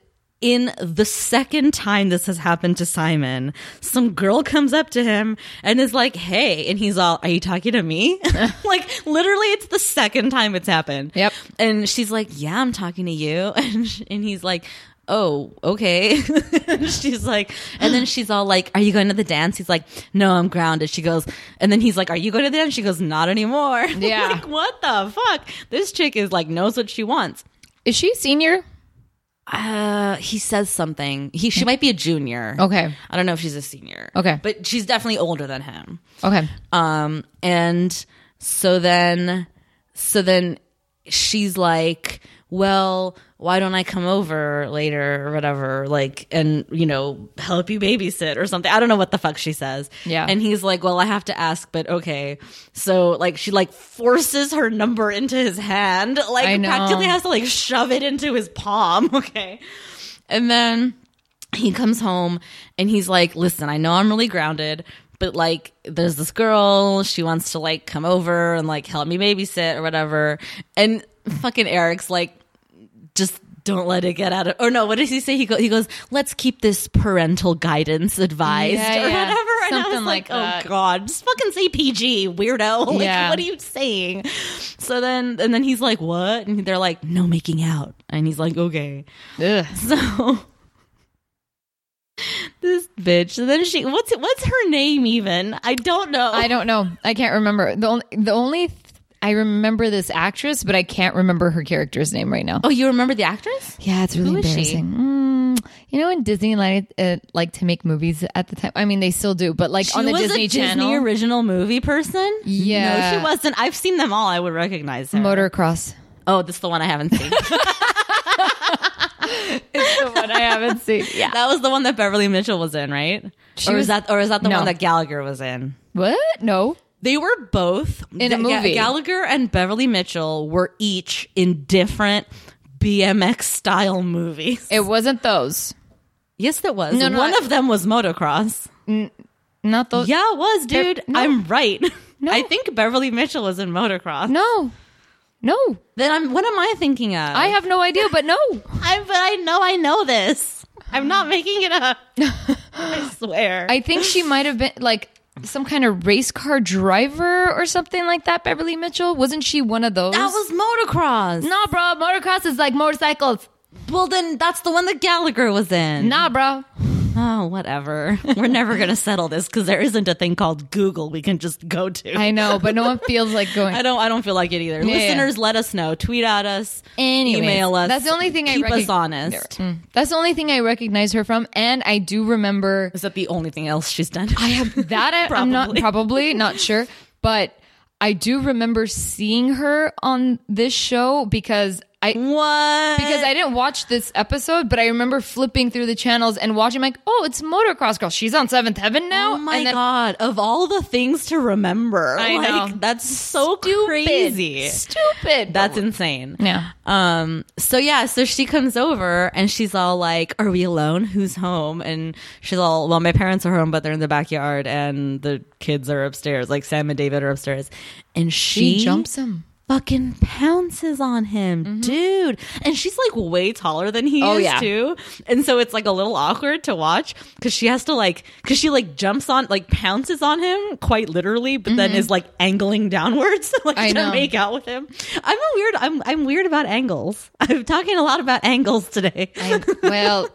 A: in the second time this has happened to Simon, some girl comes up to him and is like, "Hey," and he's all, "Are you talking to me?" like literally it's the second time it's happened.
B: Yep.
A: And she's like, "Yeah, I'm talking to you." And sh- and he's like, "Oh, okay." And she's like, and then she's all like, "Are you going to the dance?" He's like, "No, I'm grounded." She goes, and then he's like, "Are you going to the dance?" She goes, "Not anymore."
B: Yeah.
A: like, what the fuck? This chick is like knows what she wants.
B: Is she a senior?
A: Uh, he says something. He she might be a junior.
B: Okay.
A: I don't know if she's a senior.
B: Okay.
A: but she's definitely older than him.
B: Okay.
A: Um, and so then, so then she's like, well, why don't I come over later or whatever? Like, and, you know, help you babysit or something. I don't know what the fuck she says.
B: Yeah.
A: And he's like, well, I have to ask, but okay. So like, she like forces her number into his hand,
B: I
A: like
B: know.
A: practically has to like shove it into his palm. Okay. And then he comes home and he's like, listen, I know I'm really grounded, but like, there's this girl. She wants to like come over and like help me babysit or whatever. And fucking Eric's like, just don't let it get out of. Or no, what does he say? He, go, he goes, let's keep this parental guidance advised
B: Yeah,
A: or
B: yeah.
A: whatever. And I was
B: Something
A: like,
B: like that.
A: oh God, just fucking say PG, weirdo. Like,
B: Yeah.
A: what are you saying? So then, and then he's like, what? And they're like, no making out. And he's like, okay.
B: Ugh.
A: So this bitch. So then she what's what's her name even? I don't know.
B: I don't know. I can't remember. The only, the only th- I remember this actress, but I can't remember her character's name right now.
A: Oh, you remember the actress?
B: Yeah, it's really
A: Who is she?
B: embarrassing. Mm, you know, in Disney like, uh, like to make movies at the time. I mean, they still do, but like on the
A: was
B: Disney
A: a
B: Channel,
A: Disney original movie person.
B: Yeah.
A: no, she wasn't. I've seen them all. I would recognize her.
B: Motocross.
A: oh, this is the one I haven't seen.
B: the one I haven't seen. Yeah.
A: that was the one that Beverly Mitchell was in, right?
B: She
A: or is
B: was-
A: that or is that the
B: No.
A: one that Gallagher was in?
B: What? No.
A: They were both
B: In a
A: Ga-
B: movie.
A: Gallagher and Beverly Mitchell were each in different BMX style movies.
B: It wasn't those.
A: Yes, that was.
B: No, no,
A: One
B: I-
A: of them was motocross.
B: Not those.
A: Yeah, it was, dude.
B: no.
A: I'm right. I think Beverly Mitchell was in motocross.
B: No. No.
A: Then I'm. What am I thinking of?
B: I have no idea, but no.
A: I, but I know I know this. I'm not making it up. I swear.
B: I think she might have been like some kind of race car driver or something like that, Beverly Mitchell. Wasn't she one of those?
A: that was motocross.
B: Nah, bro. Motocross is like motorcycles.
A: Well, then that's the one that Gallagher was in.
B: Nah, bro.
A: Oh, whatever. We're never gonna settle this because there isn't a thing called Google we can just go to.
B: I know, but no one feels like going.
A: I don't. I don't feel like it either.
B: Yeah, yeah.
A: Listeners, let us know. Tweet at us.
B: Anyways,
A: email us.
B: That's the only thing
A: Keep
B: I recog-
A: us honest.
B: Mm. That's the only thing I recognize her from, and I do remember
A: Is that the only thing else she's done?
B: I have that. I, I'm not
A: Probably.
B: probably not sure, but I do remember seeing her on this show because I
A: Mm. What?
B: because I didn't watch this episode, but I remember flipping through the channels and watching like, oh, it's Motocross Girl. She's on Seventh Heaven now.
A: Oh my
B: And then-
A: god! Of all the things to remember,
B: I
A: like
B: know.
A: that's so
B: Stupid.
A: crazy.
B: Stupid.
A: That's insane.
B: yeah.
A: Um. So yeah. So she comes over and she's all like, "Are we alone? Who's home?" And she's all, "Well, my parents are home, but they're in the backyard, and the kids are upstairs. Like Sam and David are upstairs." And she,
B: She jumps him.
A: fucking pounces on him, dude. And she's like way taller than he
B: Mm-hmm. Oh,
A: is
B: yeah.
A: too. And so it's like a little awkward to watch because she has to like because she like jumps on like pounces on him quite literally, but then is like angling downwards like
B: Mm-hmm. I
A: to
B: know.
A: make out with him. I'm a weird. I'm I'm weird about angles. I'm talking a lot about angles today.
B: I- well,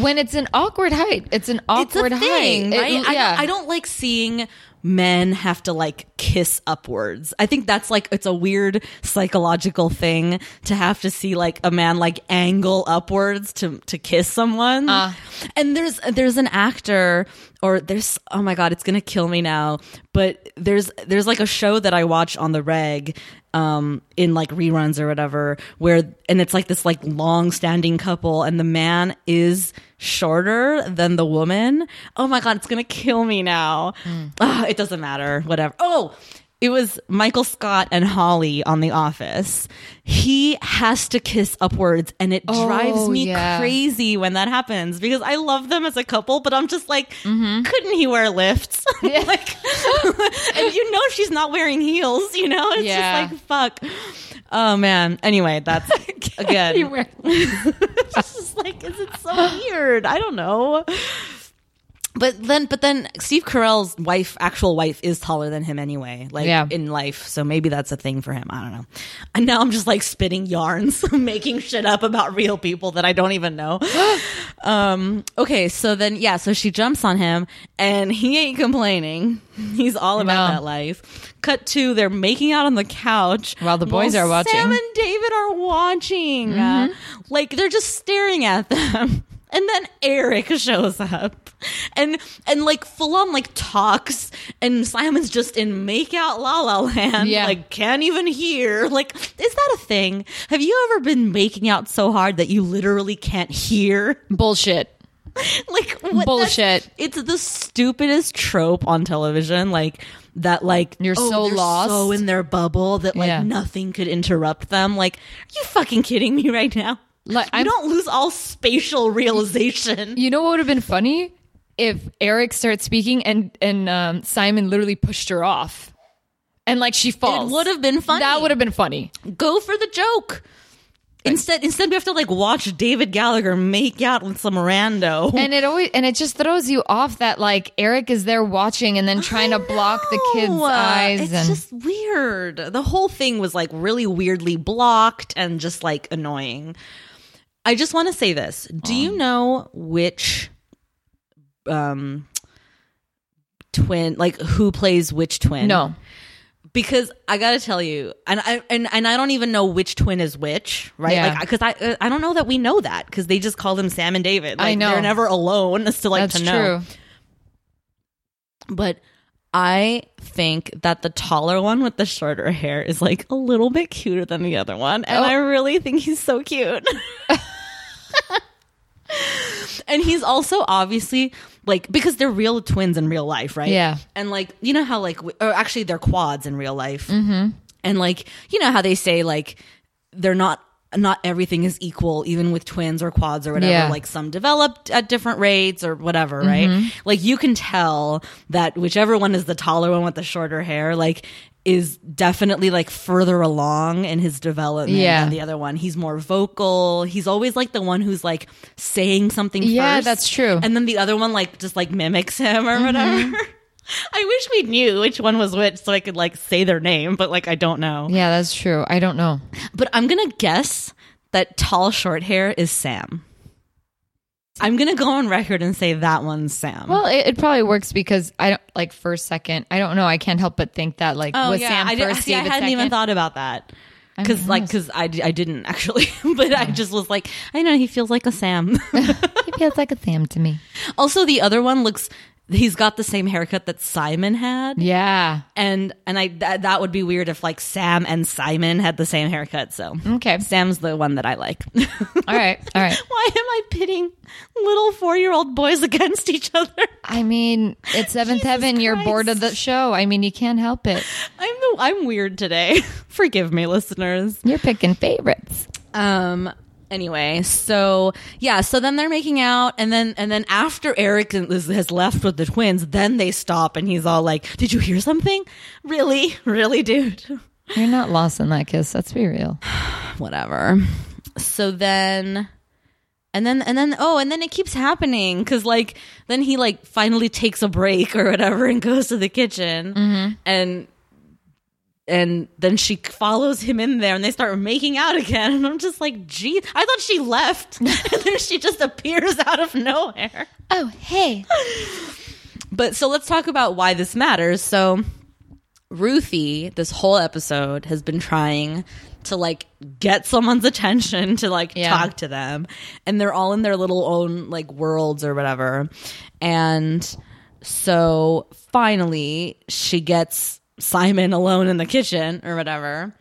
B: when it's an awkward height, it's an
A: it's a
B: awkward
A: thing,
B: height. It-
A: right? I,
B: yeah.
A: I don't like seeing men have to like kiss upwards. I think that's like it's a weird psychological thing to have to see like a man like angle upwards to to kiss someone.
B: Uh.
A: And there's there's an actor or there's oh my god, it's going to kill me now, but there's there's like a show that I watch on the reg um in like reruns or whatever where and it's like this like long standing couple and the man is shorter than the woman oh my god it's gonna kill me now
B: Hmm.
A: Ah, it doesn't matter whatever oh it was michael scott and holly on the office he has to kiss upwards and it drives
B: Oh,
A: me
B: yeah.
A: crazy when that happens because i love them as a couple but i'm just like
B: Mm-hmm.
A: couldn't he wear lifts like and you know she's not wearing heels you know it's
B: Yeah.
A: just like fuck. Oh man. Anyway, that's again.
B: Anywhere.
A: it's just like, is it so weird? I don't know. But then, but then Steve Carell's wife, actual wife, is taller than him anyway. Like
B: Yeah.
A: in life, so maybe that's a thing for him. I don't know. And now I'm just like spitting yarns, making shit up about real people that I don't even know. um. Okay. So then, yeah. So she jumps on him, and he ain't complaining. He's all about
B: No.
A: that life. Cut to they're making out on the couch
B: While the boys are watching.
A: Sam and David are watching. Uh, like they're just staring at them. And then Eric shows up and and like full on like talks and Simon's just in make out la la land.
B: Yeah.
A: Like can't even hear. Like, is that a thing? Have you ever been making out so hard that you literally can't hear?
B: Bullshit.
A: like what that's-
B: Bullshit.
A: It's the stupidest trope on television. Like that. Like oh,
B: You're so
A: they're
B: lost.
A: so in their bubble that like
B: Yeah.
A: nothing could interrupt them. Like, are you fucking kidding me right now?
B: Like,
A: I
B: I'm-
A: don't lose all spatial realization.
B: You know what would have been funny if Eric starts speaking and and um, Simon literally pushed her off, and like she falls.
A: It would have been funny.
B: That would have been funny.
A: go for the joke. Instead, instead we have to like watch David Gallagher make out with some rando.
B: And it always and it just throws you off that like Eric is there watching and then trying to block the kids'
A: No, uh,
B: eyes
A: It's
B: and
A: just weird. The whole thing was like really weirdly blocked and just like annoying. I just want to say this. Do
B: Oh.
A: you know which um twin like who plays which twin?
B: no.
A: because I gotta tell you, and I and, and I don't even know which twin is which, right?
B: Yeah.
A: Like, because I I don't know that we know that because they just call them Sam and David. Like,
B: I know.
A: they're never alone. It's to like
B: That's
A: to
B: true.
A: know but I think that the taller one with the shorter hair is like a little bit cuter than the other one. And I really think he's so cute. and he's also obviously like, because they're real twins in real life, right?
B: Yeah.
A: And like, you know how, like, w- or actually they're quads in real life. And like, you know how they say, like, they're not. Not everything is equal, even with twins or quads or whatever.
B: Yeah. Mm-hmm.
A: Like some developed at different rates or whatever, right? Like you can tell that whichever one is the taller one with the shorter hair, like is definitely like further along in his development
B: Yeah.
A: than the other one. He's more vocal. He's always like the one who's like saying something
B: Yeah,
A: first,
B: that's true. Mm-hmm.
A: And then the other one like just like mimics him or whatever. I wish we knew which one was which so I could like say their name, but like I don't know.
B: Yeah, that's true. I don't know.
A: But I'm gonna guess that tall short hair is Sam. I'm gonna go on record and say that one's Sam.
B: Well, it, it probably works because I don't like first second. I don't know. I can't help but think that like was Sam
A: oh, I, did,
B: first,
A: see, I
B: David
A: hadn't even
B: second?
A: thought about that
B: I mean,
A: because
B: who
A: like
B: knows?
A: because I, d- I didn't actually, but I just was like I know he feels like a Sam.
B: it feels like a Sam to me.
A: also, the other one looks. He's got the same haircut that Simon had,
B: Yeah.
A: and and I th- that would be weird if like Sam and Simon had the same haircut. So
B: Okay.
A: Sam's the one that I like.
B: All right. All right.
A: Why am I pitting little four year old boys against each other?
B: I mean, it's seventh
A: Jesus
B: heaven. You're bored of the
A: Christ.
B: show. I mean, you can't help it.
A: I'm the I'm weird today. Forgive me, listeners.
B: You're picking favorites.
A: Um anyway, so yeah, so then they're making out and then and then after Eric is, has left with the twins, then they stop and he's all like, "Did you hear something? Really? Really, dude?"
B: You're not lost in that kiss. Let's be real.
A: Whatever. So then and then and then oh and then it keeps happening because like then he like finally takes a break or whatever and goes to the kitchen and and then she follows him in there and they start making out again and i'm just like gee i thought she left and then she just appears out of nowhere
B: Oh, hey.
A: But so let's talk about why this matters. So Ruthie, this whole episode has been trying to like get someone's attention to like
B: Yeah.
A: talk to them and they're all in their little own like worlds or whatever. And so finally she gets Simon alone in the kitchen or whatever.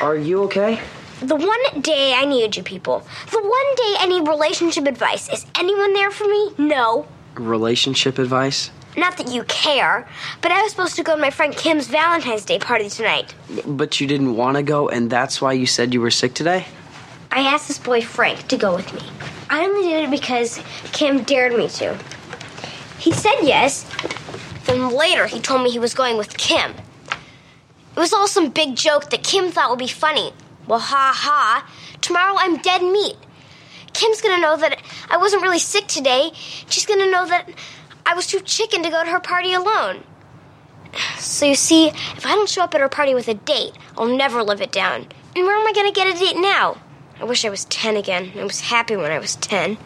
H: Are you okay?
F: The one day I need you people, the one day I need relationship advice, is anyone there for me? No.
H: Relationship advice?
F: Not that you care, but I was supposed to go to my friend Kim's Valentine's Day party tonight.
H: But you didn't want to go, and that's why you said you were sick today?
F: I asked this boy Frank to go with me. I only did it because Kim dared me to. He said yes, then later he told me he was going with Kim. It was all some big joke that Kim thought would be funny. Well, ha ha, tomorrow I'm dead meat. Kim's gonna know that I wasn't really sick today. She's gonna know that I was too chicken to go to her party alone. So you see, if I don't show up at her party with a date, I'll never live it down. And where am I gonna get a date now? I wish I was 10 again. I was happy when I was 10.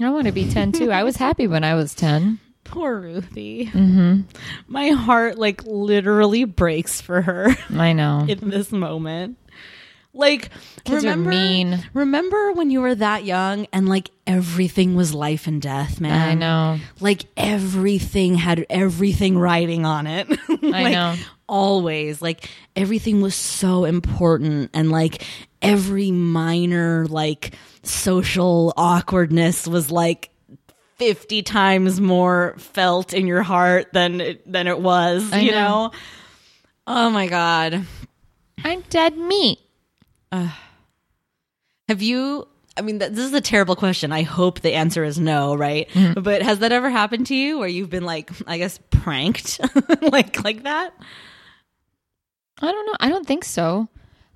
B: I want to be 10 too. I was happy when I was 10.
A: Poor Ruthie. Mm-hmm. My heart like literally breaks for her.
B: I know.
A: in this moment. Like
B: Kids are
A: remember
B: mean.
A: remember when you were that young and like everything was life and death, man.
B: I know.
A: Like everything had everything writing on it. like,
B: know.
A: Always. Like everything was so important and like every minor like social awkwardness was like 50 times more felt in your heart than it, than it was,
B: I
A: you
B: know.
A: know. Oh my god.
B: I'm dead meat.
A: Have you? I mean, th- this is a terrible question. I hope the answer is no, right? But has that ever happened to you, where you've been like, I guess, pranked, like like that?
B: I don't know. I don't think so.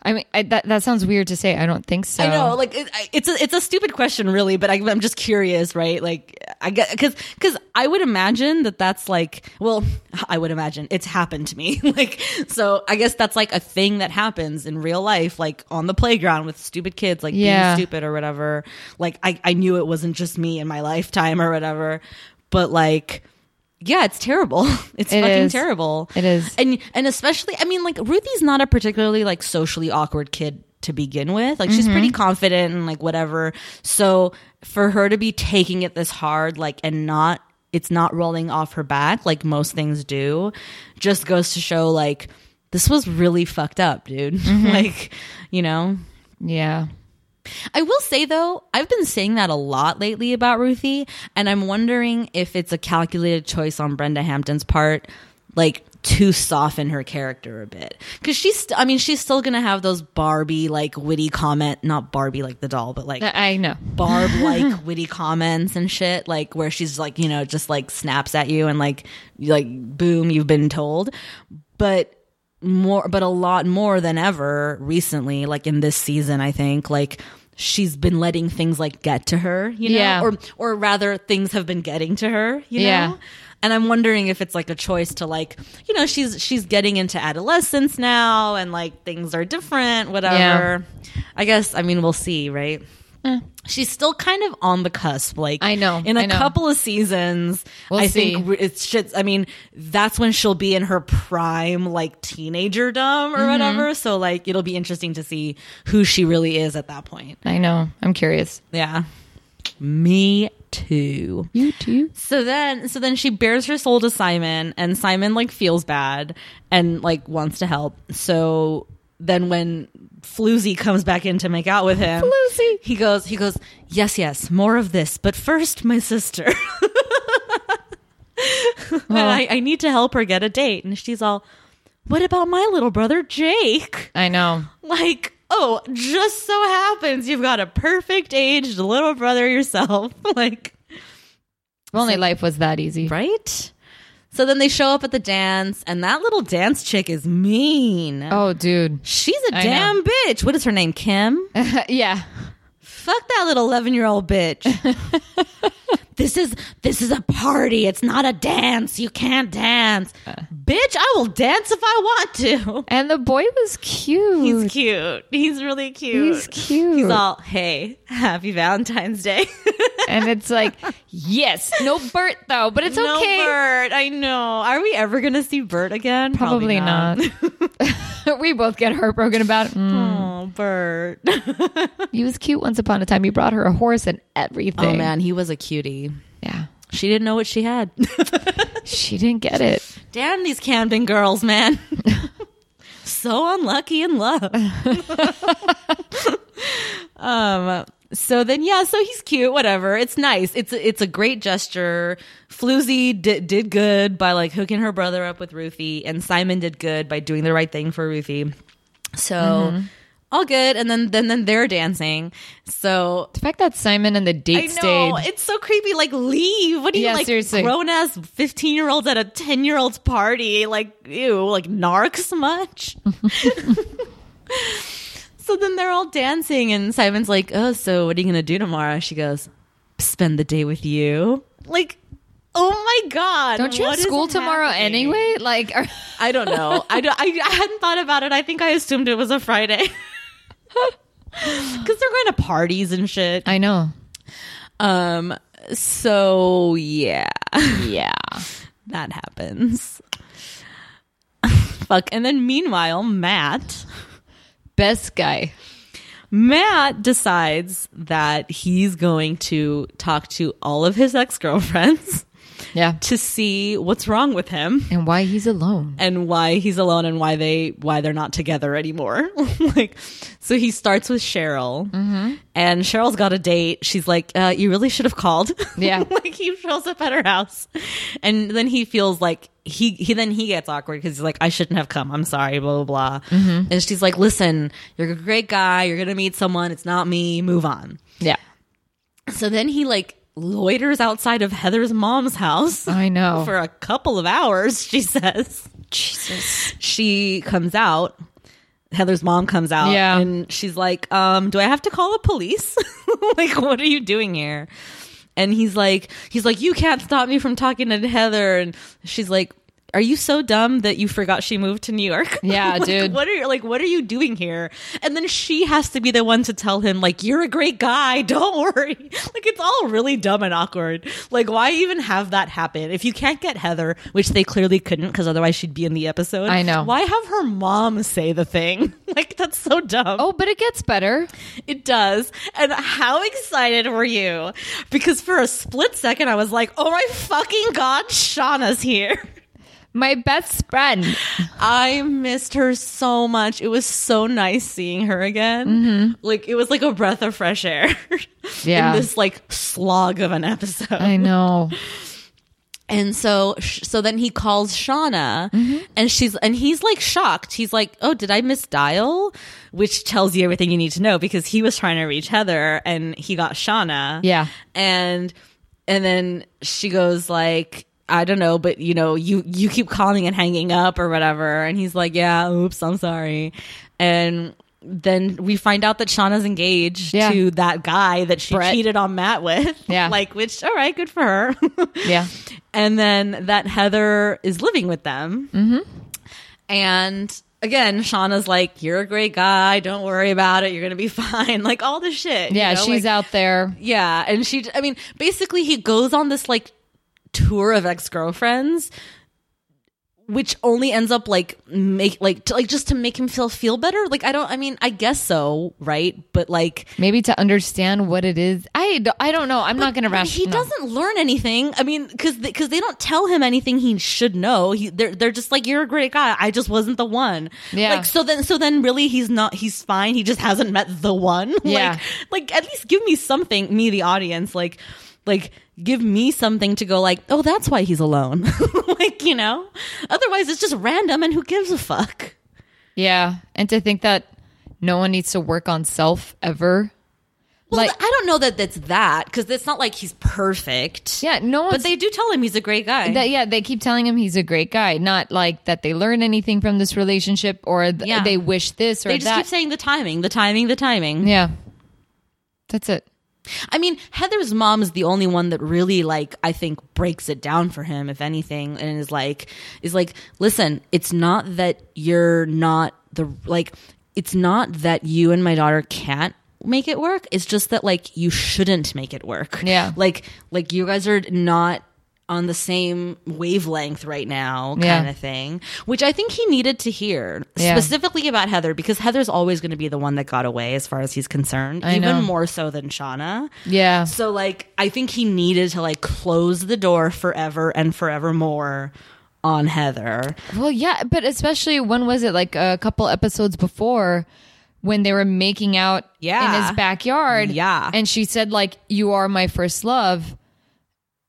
B: I mean, I, that that sounds weird to say. I don't think so.
A: I know, like it, I- it's a it's a stupid question, really. But I, I'm just curious, right? Like, I get because because I would imagine that that's like, well, I would imagine it's happened to me. like, so I guess that's like a thing that happens in real life, like on the playground with stupid kids, like
B: Yeah.
A: being stupid or whatever. Like, I I knew it wasn't just me in my lifetime or whatever, but like. Yeah, it's terrible. It's
B: It
A: fucking
B: is.
A: terrible.
B: It is.
A: And and especially I mean like Ruthie's not a particularly like socially awkward kid to begin with. Like she's
B: Mm-hmm.
A: pretty confident and like whatever. So for her to be taking it this hard like and not it's not rolling off her back like most things do just goes to show like this was really fucked up, dude.
B: Mm-hmm.
A: like, you know.
B: Yeah.
A: I will say though, I've been saying that a lot lately about Ruthie, and I'm wondering if it's a calculated choice on Brenda Hampton's part, like to soften her character a bit. Because she's, st- I mean, she's still gonna have those Barbie like witty comment, not Barbie like the doll, but like
B: I I know.
A: Barb like witty comments and shit, like where she's like, you know, just like snaps at you and like, you- like boom, you've been told. But more, but a lot more than ever recently, like in this season, I think, like she's been letting things like get to her, you know,
B: Yeah.
A: or or rather, things have been getting to her, you
B: Yeah.
A: know. And I'm wondering if it's like a choice to like, you know, she's she's getting into adolescence now, and like things are different, whatever. I guess I mean we'll see, right? she's still kind of on the cusp. Like
B: I know,
A: in a
B: I know.
A: couple of seasons,
B: We'll
A: I
B: see.
A: think re- it's shit. I mean, that's when she'll be in her prime, like teenager dumb or
B: Mm-hmm.
A: whatever. So like, it'll be interesting to see who she really is at that point.
B: I know. I'm curious.
A: Yeah, me too.
B: You too.
A: So then, so then she bears her soul to Simon, and Simon like feels bad and like wants to help. So then, when Floozy comes back in to make out with him, Floozy, he goes, he goes, yes, yes, more of this, but first, my sister. and I, I need to help her get a date, and she's all, what about my little brother Jake?
B: I know.
A: like oh just so happens you've got a perfect aged little brother yourself like
B: If only life was that easy.
A: right so then they show up at the dance and that little dance chick is mean
B: Oh, dude.
A: she's a
B: I
A: damn
B: know.
A: bitch what is her name kim
B: yeah.
A: fuck that little 11 year old bitch this is this is a party it's not a dance you can't dance bitch i will dance if i want to
B: And the boy was cute.
A: He's cute. He's really cute.
B: He's cute.
A: He's all, hey, happy Valentine's Day.
B: and it's like, yes, no Bert though, but it's
A: No,
B: okay.
A: Bert. I know. Are we ever going to see Bert again?
B: Probably, not. we both get heartbroken about it. Mm.
A: Oh, Bert.
B: He was cute once upon a time. He brought her a horse and
A: Oh
B: everything.
A: man, he was a cutie.
B: Yeah.
A: She didn't know what she had.
B: She didn't get it.
A: Damn these Camden girls, man. so unlucky in love. um so then yeah, so he's cute, whatever. It's nice. It's a- it's a great gesture. Floozy did, did good by like hooking her brother up with Ruthie and Simon did good by doing the right thing for Ruthie. So all good and then then then they're dancing. So
B: The fact that Simon and the date
A: I know.
B: stayed.
A: It's so creepy. Like, leave. What are you
B: Yeah,
A: like
B: seriously.
A: grown ass fifteen year olds at a ten year old's party? Like, ew, like narcs much. so then they're all dancing and Simon's like, Oh, so what are you gonna do tomorrow? She goes, Spend the day with you. Like, oh my god.
B: Don't you
A: what
B: have
A: is
B: school tomorrow
A: happening?
B: anyway? Like, are-
A: I don't know. I don't. I, I hadn't thought about it. I think I assumed it was a Friday. Because they're going to parties and shit.
B: I know.
A: Um. So yeah,
B: Yeah.
A: that happens. Fuck. And then meanwhile, Matt
B: Best guy.
A: Matt decides that he's going to talk to all of his ex girlfriends
B: Yeah.
A: to see what's wrong with him
B: And why he's alone.
A: and why he's alone and why they why they're not together anymore. like, so he starts with Cheryl, and Cheryl's got a date. She's like, uh, "You really should have called."
B: Yeah.
A: like he shows up at her house, and then he feels like he he then he gets awkward because he's like, "I shouldn't have come. I'm sorry." Blah blah blah. And she's like, "Listen, you're a great guy. You're gonna meet someone. It's not me. Move on."
B: Yeah.
A: So then he like loiters outside of Heather's mom's house
B: I know.
A: for a couple of hours, she says. Jesus. She comes out. Heather's mom comes out
B: Yeah.
A: and she's like, um, do I have to call the police? like, what are you doing here? And he's like, he's like, you can't stop me from talking to Heather. And she's like, are you so dumb that you forgot she moved to New York?
B: Yeah,
A: Like,
B: dude.
A: What are you like? What are you doing here? And then she has to be the one to tell him, like, you're a great guy. Don't worry. Like, it's all really dumb and awkward. Like, why even have that happen if you can't get Heather, which they clearly couldn't, because otherwise she'd be in the episode.
B: I know.
A: Why have her mom say the thing? Like, that's so dumb.
B: Oh, but it gets better.
A: It does. And how excited were you? Because for a split second, I was like, oh my fucking God, Shauna's here.
B: My best friend.
A: I missed her so much. It was so nice seeing her again. Like, it was like a breath of fresh air
B: Mm-hmm. Yeah.
A: in this like slog of an episode.
B: I know.
A: And so, sh- so then he calls Shauna,
B: Mm-hmm.
A: and she's and he's like shocked. He's like, "Oh, did I misdial?" Which tells you everything you need to know because he was trying to reach Heather, and he got Shauna.
B: Yeah.
A: and and then she goes like, "I don't know, but you know, you you keep calling and hanging up or whatever." And he's like, "Yeah, oops, I'm sorry." And then we find out that Shauna's engaged
B: Yeah.
A: to that guy that she
B: Brett.
A: cheated on Matt with.
B: Yeah.
A: like which all right, good for her.
B: Yeah.
A: and then that Heather is living with them. Mm-hmm. And again, Shauna's like, "You're a great guy. Don't worry about it. You're gonna be fine." Like all this shit. you
B: Yeah.
A: know,
B: she's
A: like-
B: out there.
A: Yeah, and she. I mean, basically, he goes on this like tour of ex girlfriends. Which only ends up like make like to, like just to make him feel feel better. Like I don't. I mean, I guess so, right? But like
B: Maybe to understand what it is. I, d- I don't know. I'm not going to
A: But
B: rush.
A: He doesn't learn anything. I mean, because because they don't tell him anything he should know. He, they're they're just like you're a great guy. I just wasn't the one.
B: Yeah.
A: Like so then so then really he's not he's fine. He just hasn't met the one.
B: Yeah.
A: Like, like at least give me something. Me the audience like like give me something to go like oh that's why he's alone. like you know. Otherwise it's just random and who gives a fuck.
B: Yeah. And to think that no one needs to work on self ever.
A: Well,
B: Like-
A: I don't know that that's that because it's not like he's perfect.
B: Yeah. No one's.
A: But they do tell him he's a great guy.
B: that, yeah, they keep telling him he's a great guy. Not like that they learn anything from this relationship or th-
A: Yeah.
B: they wish this or
A: they just
B: that.
A: keep saying the timing, the timing, the timing.
B: yeah, that's it.
A: I mean, Heather's mom is the only one that really like I think breaks it down for him, if anything, and is like is like, listen, it's not that you're not the like it's not that you and my daughter can't make it work. It's just that like you shouldn't make it work.
B: Yeah.
A: Like like you guys are not on the same wavelength right now kind
B: Yeah.
A: of thing, which I think he needed to hear
B: Yeah.
A: specifically about Heather because Heather's always going to be the one that got away as far as he's concerned, even
B: know.
A: more so than Shauna.
B: Yeah.
A: So like I think he needed to like close the door forever and forevermore on Heather.
B: Well, yeah, but especially when was it like a couple episodes before when they were making out in
A: Yeah.
B: his backyard?
A: Yeah.
B: And she said, like, you are my first love.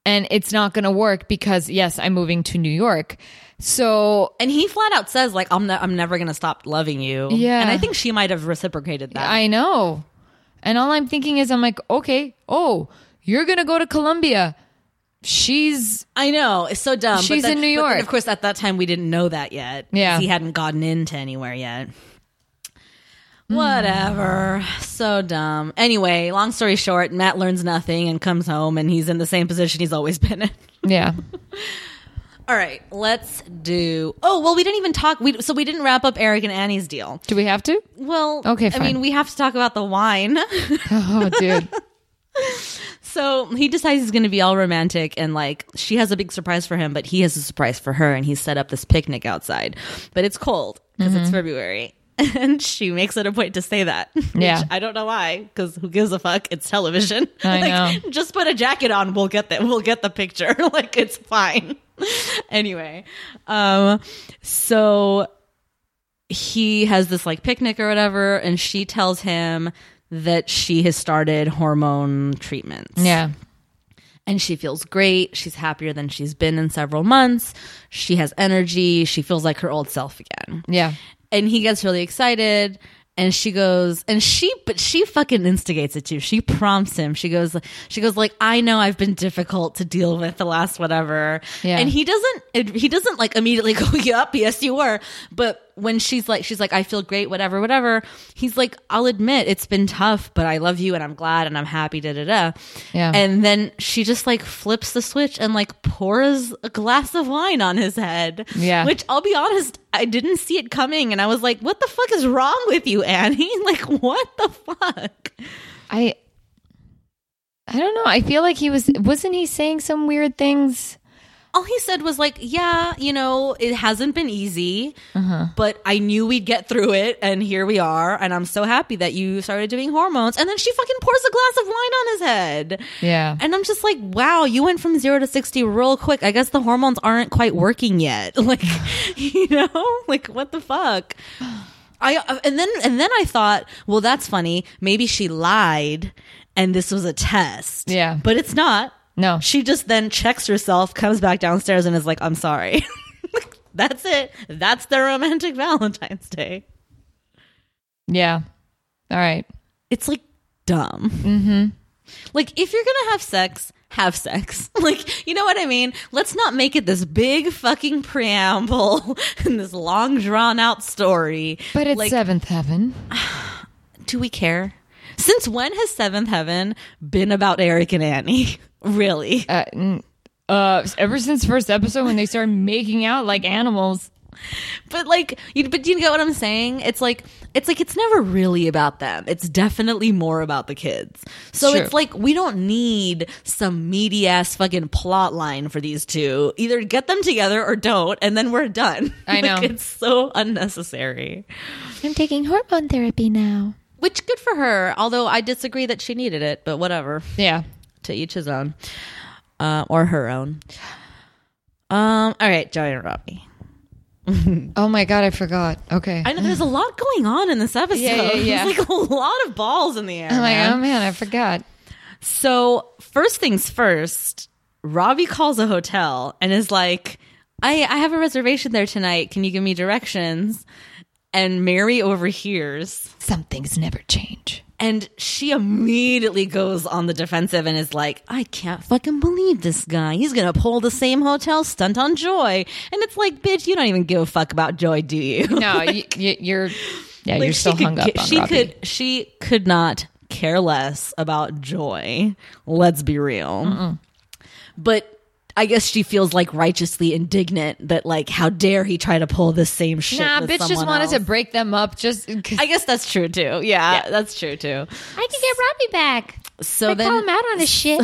B: And it's not going to work because, yes, I'm moving to New York. So
A: And he flat out says like I'm ne- I'm never going to stop loving you.
B: Yeah.
A: And I think she might have reciprocated that.
B: I know. And all I'm thinking is, I'm like, okay, oh, you're going to go to Columbia. She's,
A: I know it's so dumb.
B: She's
A: but then,
B: in New
A: but then,
B: York.
A: of course. At that time, we didn't know that yet. 'cause
B: Yeah.
A: he hadn't gotten into anywhere yet. Whatever. So dumb. Anyway, long story short, Matt learns nothing and comes home, and he's in the same position he's always been in.
B: yeah.
A: All right, let's do. Oh well, we didn't even talk. We so we didn't wrap up Eric and Annie's deal.
B: Do we have to?
A: Well,
B: Okay,
A: I mean,
B: fine.
A: we have to talk about the wine.
B: Oh, dude.
A: So he decides he's going to be all romantic and like she has a big surprise for him, but he has a surprise for her and he's set up this picnic outside. But it's cold because
B: Mm-hmm.
A: it's February. And she makes it a point to say that. which
B: Yeah.
A: I don't know why, because who gives a fuck? It's television.
B: I
A: Like, Just put a jacket on. We'll get that. We'll get the picture. like it's fine. anyway, um, so he has this like picnic or whatever, and she tells him that she has started hormone treatments
B: Yeah.
A: and she feels great. She's happier than she's been in several months. She has energy. She feels like her old self again.
B: Yeah.
A: And he gets really excited. And she goes, and she, but she fucking instigates it too. She prompts him. She goes, she goes like, I know I've been difficult to deal with the last whatever.
B: Yeah.
A: And he doesn't, it- he doesn't like immediately go, yup, yes, you were. But when she's like, she's like, I feel great, whatever, whatever. He's like, I'll admit it's been tough, but I love you and I'm glad and I'm happy, da da da.
B: Yeah.
A: And then she just like flips the switch and like pours a glass of wine on his head.
B: Yeah.
A: Which I'll be honest, I didn't see it coming. And I was like, what the fuck is wrong with you, Annie? Like, what the fuck?
B: I I don't know. I feel like he was wasn't he saying some weird things?
A: All he said was like, yeah, you know, it hasn't been easy, but I knew we'd get through it. And here we are. And I'm so happy that you started doing hormones. And then she fucking pours a glass of wine on his head.
B: Yeah.
A: And I'm just like, wow, you went from zero to 60 real quick. I guess the hormones aren't quite working yet. Like, you know, like what the fuck? I, uh, and then, and then I thought, well, that's funny. Maybe she lied and this was a test.
B: Yeah.
A: But it's not.
B: No.
A: She just then checks herself, comes back downstairs and is like, I'm sorry. that's it. That's their romantic Valentine's Day.
B: Yeah. All right.
A: it's like dumb. Mm-hmm. Like if you're gonna have sex, have sex. Like you know what I mean. Let's not make it this big fucking preamble and this long drawn out story.
B: But it's
A: like,
B: seventh heaven.
A: do we care? Since when has Seventh Heaven been about Eric and Annie? Really?
B: Uh, n- uh ever since first episode when they started making out like animals.
A: but like, you, but do you get what I'm saying? It's like, it's like it's never really about them. It's definitely more about the kids. So
B: Sure.
A: it's like we don't need some meaty ass fucking plot line for these two. Either get them together or don't, and then we're done.
B: I know.
A: like, it's so unnecessary.
I: I'm taking hormone therapy now.
A: Which good for her. Although I disagree that she needed it, but whatever.
B: Yeah.
A: To each his own, uh, or her own. Um. All right, Joey and Robbie.
B: Oh my god, I forgot. Okay.
A: I know there's a lot going on in this episode.
B: Yeah, yeah, yeah.
A: There's like a lot of balls in the air.
B: I'm like,
A: man.
B: oh man, I forgot.
A: So, first things first, Robbie calls a hotel and is like, I, I have a reservation there tonight. Can you give me directions? And Mary overhears
B: Some things never change.
A: and she immediately goes on the defensive and is like, I can't fucking believe this guy. He's going to pull the same hotel stunt on Joy. And it's like, bitch, you don't even give a fuck about Joy, do you?
B: No, you, you, are yeah,
A: Like,
B: you're still
A: could
B: hung up
A: ca-
B: on
A: she
B: Robbie.
A: could she could not care less about joy let's be real but
J: I guess she feels like righteously indignant that like how dare he try to pull the same shit.
B: Nah,
J: with
B: bitch just
J: someone
B: wanted to
J: else.
B: break them up. Just
A: I guess that's true too. Yeah, that's true too.
I: I could get Robbie back.
A: So
I: I
A: then
I: call him out on his shit.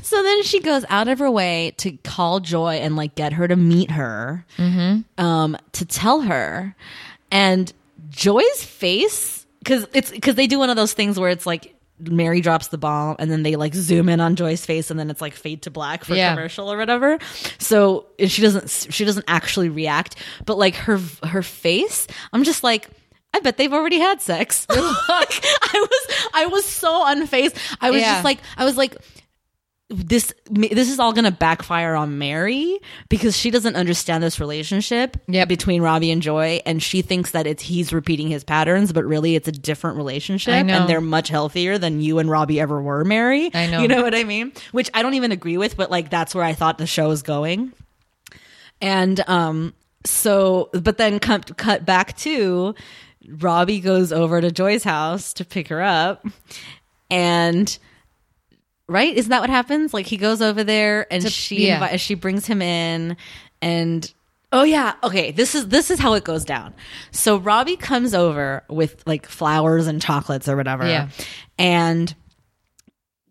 A: So then she goes out of her way to call Joy and like get her to meet her,
B: Mm-hmm.
A: um, to tell her. And Joy's face, because it's because they do one of those things where it's like Mary drops the bomb and then they like zoom in on Joy's face and then it's like fade to black for
B: Yeah.
A: commercial or whatever. So and she doesn't she doesn't actually react, but like her her face, I'm just like. I bet they've already had sex. like, I was, I was so unfazed. I was
B: Yeah.
A: just like, I was like, this this is all going to backfire on Mary because she doesn't understand this relationship
B: Yep.
A: between Robbie and Joy and she thinks that it's he's repeating his patterns but really it's a different relationship
B: I know.
A: and they're much healthier than you and Robbie ever were Mary
B: I know.
A: you know what I mean which I don't even agree with but like that's where I thought the show was going and um so but then cut cut back to Robbie goes over to Joy's house to pick her up and right isn't that what happens like he goes over there and she
B: yeah.
A: invi- she brings him in and oh yeah okay this is this is how it goes down so robbie comes over with like flowers and chocolates or whatever
B: Yeah.
A: and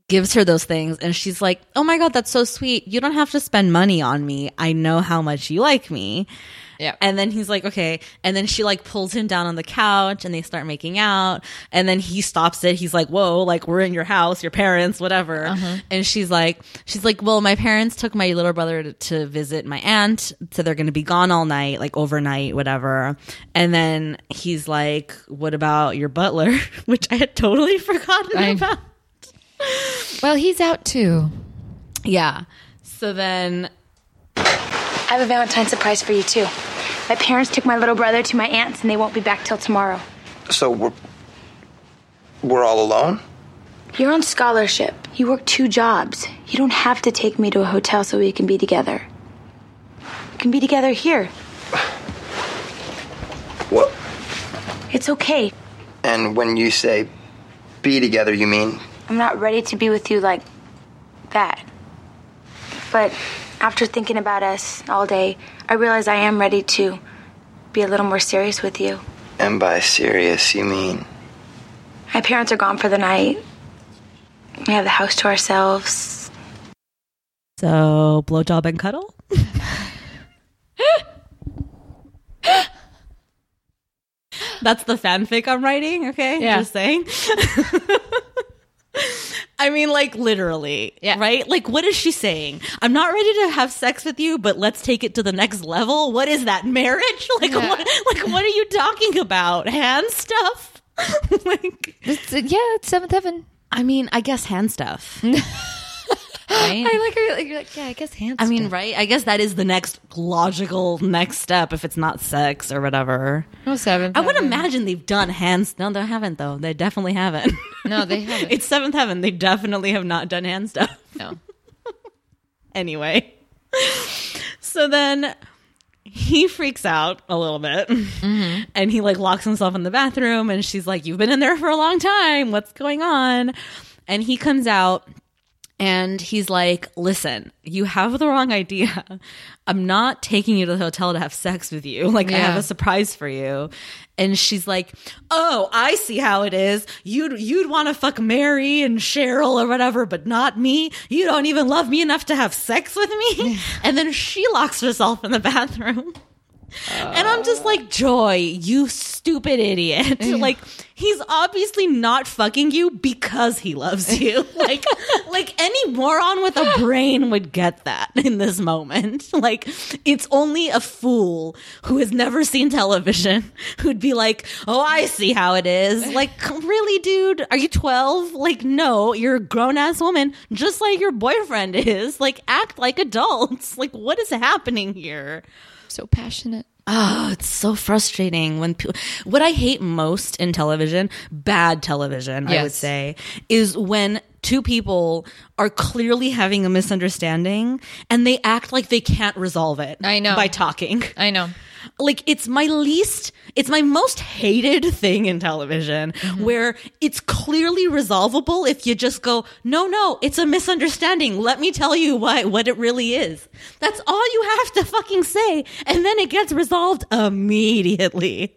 A: gives her those things and she's like oh my god that's so sweet you don't have to spend money on me i know how much you like me
B: yeah.
A: and then he's like, okay. And then she like pulls him down on the couch and they start making out. And then he stops it. He's like, whoa, like we're in your house, your parents, whatever. And she's like, she's like, well, my parents took my little brother to, to visit my aunt. So they're going to be gone all night, like overnight, whatever. And then he's like, what about your butler? Which I had totally forgotten
B: I-
A: about.
B: well, he's out too.
A: Yeah. So then
G: I have a Valentine's surprise for you, too.
C: My parents took my little brother to my aunt's and they won't be back till tomorrow.
H: So we're we're all alone.
G: You're on scholarship. You work two jobs. You don't have to take me to a hotel so we can be together. We can be together here.
H: What?
G: It's okay.
H: And when you say be together, you mean
G: I'm not ready to be with you like that. But after thinking about us all day, I realize I am ready to be a little more serious with you.
H: and by serious you mean
G: My parents are gone for the night. We have the house to ourselves.
A: So blowjob and cuddle. That's the fanfic I'm writing. Okay,
B: Yeah.
A: just saying. I mean, like literally,
B: Yeah.
A: right? Like, what is she saying? I'm not ready to have sex with you, but let's take it to the next level. What is that marriage? Like,
B: Yeah.
A: what, like what are you talking about? Hand stuff? like,
B: It's, yeah, it's seventh heaven.
A: I mean, I guess hand stuff. right?
B: I like her. Like, you're like, yeah, I guess hands.
A: I mean, right? I guess that is the next logical next step if it's not sex or whatever.
B: no seventh.
A: I would
B: heaven.
A: imagine they've done hands. No, they haven't though. They definitely haven't.
B: No, they haven't.
A: it's seventh heaven. They definitely have not done hand stuff.
B: No.
A: Anyway, so then he freaks out a little bit, and he like locks himself in the bathroom. And she's like, "You've been in there for a long time. What's going on?" And he comes out and he's like, "Listen, you have the wrong idea. I'm not taking you to the hotel to have sex with you. Like I have
B: Yeah.
A: a surprise for you." And she's like, "Oh, I see how it is. You'd you'd want to fuck Mary and Cheryl or whatever, but not me. You don't even love me enough to have sex with me." and then she locks herself in the bathroom. And I'm just like, Joy, you stupid idiot. like, he's obviously not fucking you because he loves you. like, like any moron with a brain would get that in this moment. Like, it's only a fool who has never seen television who'd be like, oh, I see how it is. Like, really, dude? Are you 12? Like, no, you're a grown ass woman, just like your boyfriend is. Like, act like adults. Like, what is happening here?
B: So passionate.
A: Oh, it's so frustrating when people. What I hate most in television, bad television, I would
B: Yes.
A: say, is when two people are clearly having a misunderstanding and they act like they can't resolve it.
B: I know.
A: by talking.
B: I know.
A: Like it's my least, it's my most hated thing in television where it's clearly resolvable if you just go, no, no, it's a misunderstanding. Let me tell you why, what it really is. That's all you have to fucking say. And then it gets resolved immediately.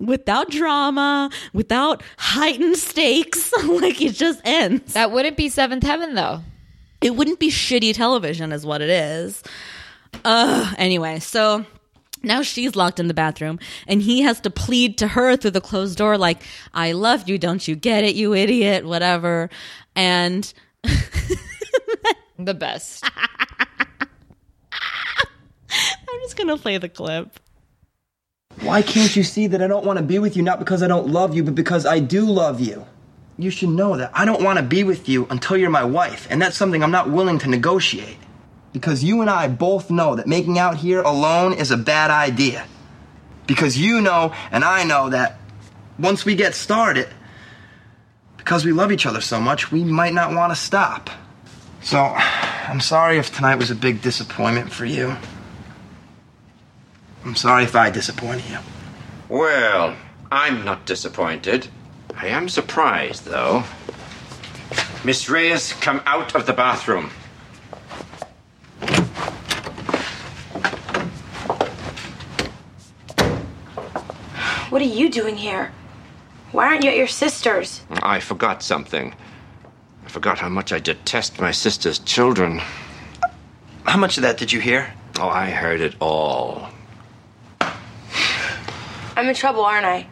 A: Without drama, without heightened stakes, like it just ends.
B: That wouldn't be Seventh Heaven though.
A: It wouldn't be shitty television, is what it is. Ugh. Anyway, so now she's locked in the bathroom, and he has to plead to her through the closed door, like, "I love you. Don't you get it, you idiot? Whatever." And
B: The best.
A: I'm just gonna play the clip.
K: Why can't you see that I don't want to be with you not because I don't love you, but because I do love you? You should know that I don't want to be with you until you're my wife, and that's something I'm not willing to negotiate. Because you and I both know that making out here alone is a bad idea. Because you know and I know that once we get started, because we love each other so much, we might not want to stop. So, I'm sorry if tonight was a big disappointment for you. I'm sorry if I disappointed you.
L: Well, I'm not disappointed. I am surprised, though. Miss Reyes, come out of the bathroom.
G: What are you doing here? Why aren't you at your sister's?
L: I forgot something. I forgot how much I detest my sister's children.
K: How much of that did you hear?
L: Oh, I heard it all.
G: I'm in trouble, aren't I?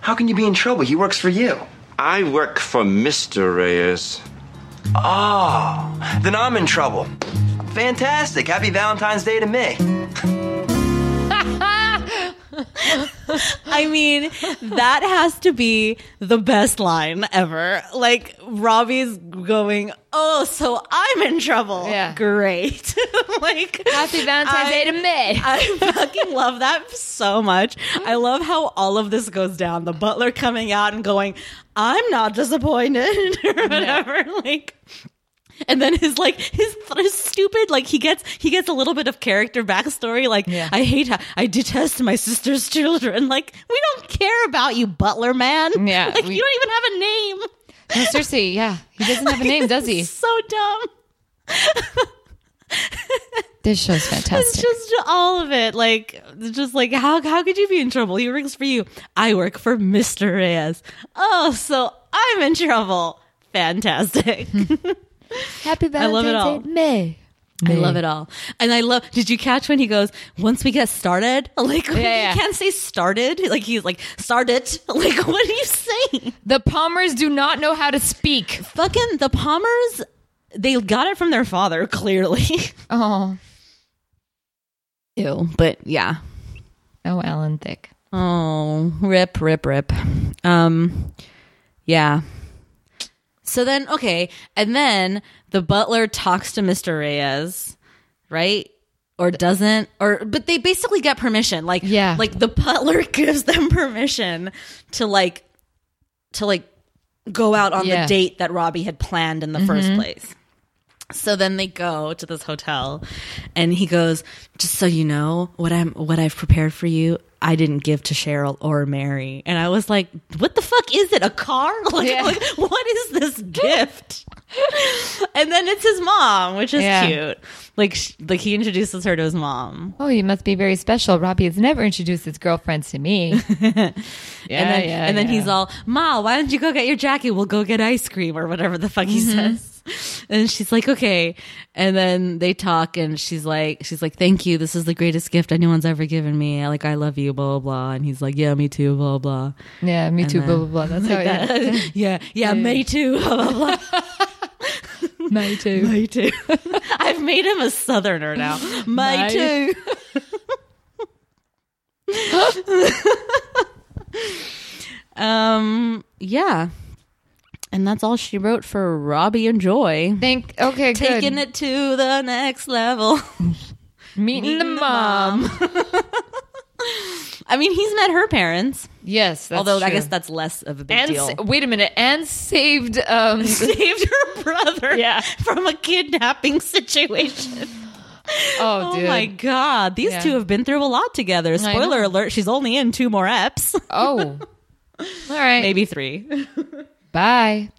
K: How can you be in trouble? He works for you.
L: I work for Mr. Reyes.
K: Oh, then I'm in trouble. Fantastic. Happy Valentine's Day to me.
A: I mean, that has to be the best line ever. Like Robbie's going, "Oh, so I'm in trouble."
B: Yeah.
A: great. like
B: Happy Valentine's Day to me.
A: I fucking love that so much. I love how all of this goes down. The butler coming out and going, "I'm not disappointed," or whatever. Like. And then his like his, his stupid like he gets he gets a little bit of character backstory like
B: Yeah.
A: I hate how I detest my sister's children like we don't care about you butler man
B: Yeah,
A: like
B: we-
A: you don't even have a name
B: No, seriously, yeah. He doesn't have a name, does he?
A: so dumb
B: This show's fantastic.
A: It's just all of it. Like, it's just like how how could you be in trouble? He works for you. I work for Mister Reyes. Oh, so I'm in trouble. Fantastic.
B: Happy
A: I love it
B: Valentine's Day to me.
A: I love it all. And I love. Did you catch when he goes? Once we get started, like he
B: yeah.
A: can't say started. Like he's like started. Like what are you saying?
B: The Palmers do not know how to speak.
A: Fucking the Palmers. They got it from their father. Clearly.
B: Oh,
A: Ew. But yeah.
B: oh, Alan Thick.
A: Oh, rip, rip, rip. Um, yeah. So then, okay, and then the butler talks to Mister Reyes, right? Or doesn't, or but they basically get permission. Like,
B: Yeah.
A: like the butler gives them permission to like to like go out on
B: Yeah. Mm-hmm.
A: the date that Robbie had planned in the first place. So then they go to this hotel and he goes, "Just so you know, what I'm what I've prepared for you, I didn't give to Cheryl or Mary." And I was like, "What the fuck is it? A car? Like,
B: Yeah.
A: like, what is this gift?" and then it's his mom, which is
B: Yeah.
A: cute. Like sh- like he introduces her to his mom.
B: Oh, you must be very special. Robbie has never introduced his girlfriends to me. yeah,
A: and then,
B: yeah,
A: and then
B: yeah.
A: he's all, Ma, why don't you go get your jacket? We'll go get ice cream or whatever the fuck he says. And she's like, okay. And then they talk and she's like, she's like, thank you. This is the greatest gift anyone's ever given me. Like, I love you, blah, blah, blah. And he's like, yeah, me too, blah, blah.
B: yeah, me too.
A: then-
B: Blah blah blah. That's how it is.
A: yeah, yeah, me too, blah, blah, blah.
B: Me too.
A: me too. I've made him a southerner now. Me
B: My-
A: too. um, yeah. And that's all she wrote for Robbie and Joy.
B: Think okay, good.
A: Taking it to the next level.
B: meeting, the mom.
A: I mean, he's met her parents,
B: Yes, that's
A: although I
B: true.
A: guess that's less of a big
B: and
A: deal.
B: sa- wait a minute, and saved. Um,
A: Saved her brother
B: Yeah.
A: from a kidnapping situation.
B: Oh,
A: Oh
B: dude.
A: my god, these
B: Yeah.
A: two have been through a lot together.
B: know.
A: Spoiler alert: she's only in two more eps.
B: Oh, all right,
A: maybe three.
B: Bye.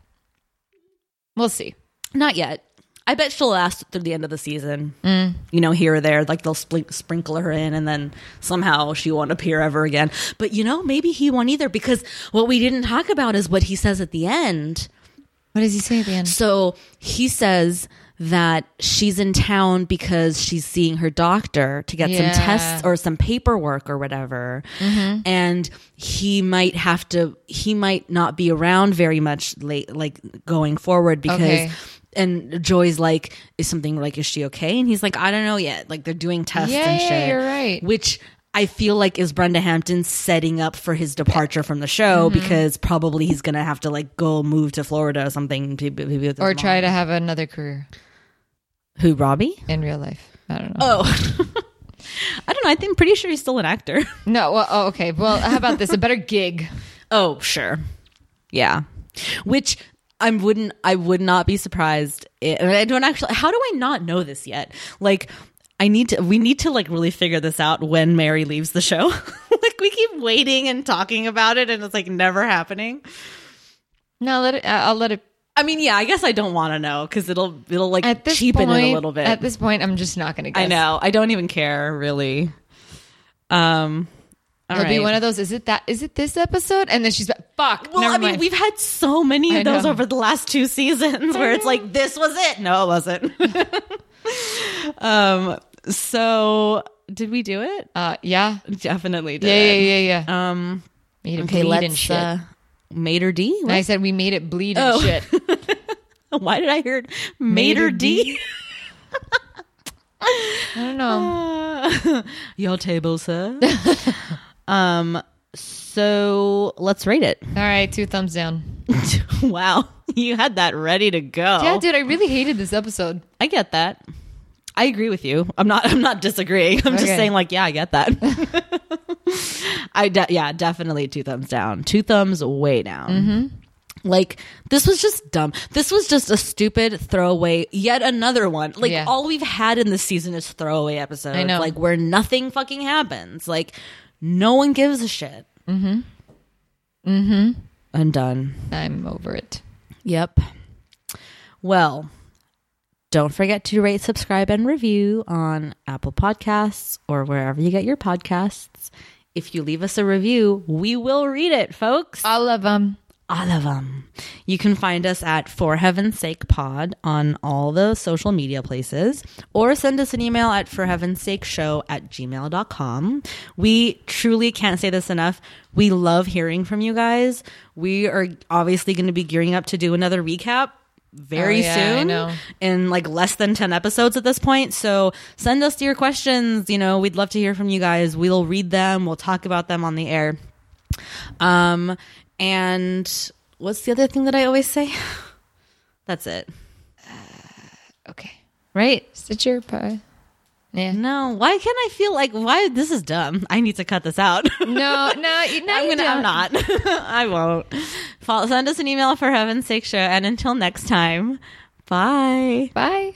B: We'll see.
A: Not yet. I bet she'll last through the end of the season.
B: Mm.
A: You know, here or there, like they'll splink- sprinkle her in, and then somehow she won't appear ever again. But you know, maybe he won't either because what we didn't talk about is what he says at the end.
B: What does he say at the end?
A: So he says that she's in town because she's seeing her doctor to get
B: Yeah.
A: some tests or some paperwork or whatever.
B: Mhm.
A: And he might have to, he might not be around very much late, like going forward because.
B: Okay.
A: And Joy's like, is something like, is she okay? And he's like, I don't know yet. Like they're doing tests
B: Yeah,
A: and
B: yeah,
A: shit.
B: you're right.
A: Which I feel like is Brenda Hampton setting up for his departure from the show
B: Mhm.
A: because probably he's gonna have to like go move to Florida or something to be, be with his
B: Or
A: mom.
B: try to have another career
A: who Robbie
B: in real life. I don't know.
A: Oh, I don't know. I think I'm pretty sure he's still an actor.
B: No, well, oh, okay. Well, how about this? A better gig.
A: Oh, sure. Yeah. Which I wouldn't I would not be surprised. i- and I don't actually how do I not know this yet? Like I need to we need to like really figure this out when Mary leaves the show. like we keep waiting and talking about it and it's like never happening.
B: No, let it. uh, I'll let it.
A: I mean, yeah, I guess I don't want to know cuz it'll it'll like
B: At this
A: cheapen
B: point,
A: it a little bit.
B: At this point, I'm just not going to guess.
A: I know. I don't even care really. Um all
B: It'll be
A: right.
B: one of those. Is it that? Is it this episode? And then she's like, "Fuck."
A: Well,
B: never
A: I mean,
B: mind.
A: we've had so many
B: I
A: of those
B: know.
A: over the last two seasons where it's like, this was it. No, it wasn't. um, so did we do it?
B: Uh, yeah,
A: definitely did.
B: Yeah, yeah, yeah, yeah.
A: Um,
B: made it
A: okay,
B: bleed
A: let's,
B: and shit.
A: uh, Mater D.
B: and I said we made it bleed and
A: Oh.
B: shit.
A: Why did I hear Mater,
B: Mater
A: D?
B: I don't
A: Ah.
B: know.
A: Your table, sir. um, so let's rate it.
B: All right, two thumbs down.
A: wow, you had that ready to go.
B: Yeah, dude, I really hated this episode.
A: I get that. I agree with you. I'm not. I'm not disagreeing. I'm just
B: Okay.
A: saying, like, yeah, I get that. I de- yeah, definitely two thumbs down. Two thumbs way down.
B: Mm-hmm.
A: Like this was just dumb. This was just a stupid throwaway. Yet another one. Like
B: Yeah.
A: all we've had in this season is throwaway episodes.
B: I know.
A: Like where nothing fucking happens. Like no one gives a shit.
B: Mm-hmm. Mm-hmm.
A: I'm done.
B: I'm over it.
A: Yep. Well, don't forget to rate, subscribe, and review on Apple Podcasts or wherever you get your podcasts. If you leave us a review, we will read it, folks.
B: All of them.
A: All of them. You can find us at For Heaven's Sake Pod on all the social media places or send us an email at For Heaven's Sake Show at gmail.com. We truly can't say this enough. We love hearing from you guys. We are obviously going to be gearing up to do another recap very
B: Oh, yeah, I
A: soon
B: know.
A: in like less than 10 episodes at this point. So send us your questions. You know, we'd love to hear from you guys. We'll read them, we'll talk about them on the air. Um, and what's the other thing that I always say? That's it.
B: Okay.
A: Right?
B: Stitcher pie. Yeah.
A: No, why can't I feel like why this is dumb? I need to cut this out.
B: No, no, you, no,
A: I'm,
B: you
A: gonna, I'm
B: don't.
A: not. I won't. Follow, send us an email for heaven's sake show. And until next time, bye.
B: Bye.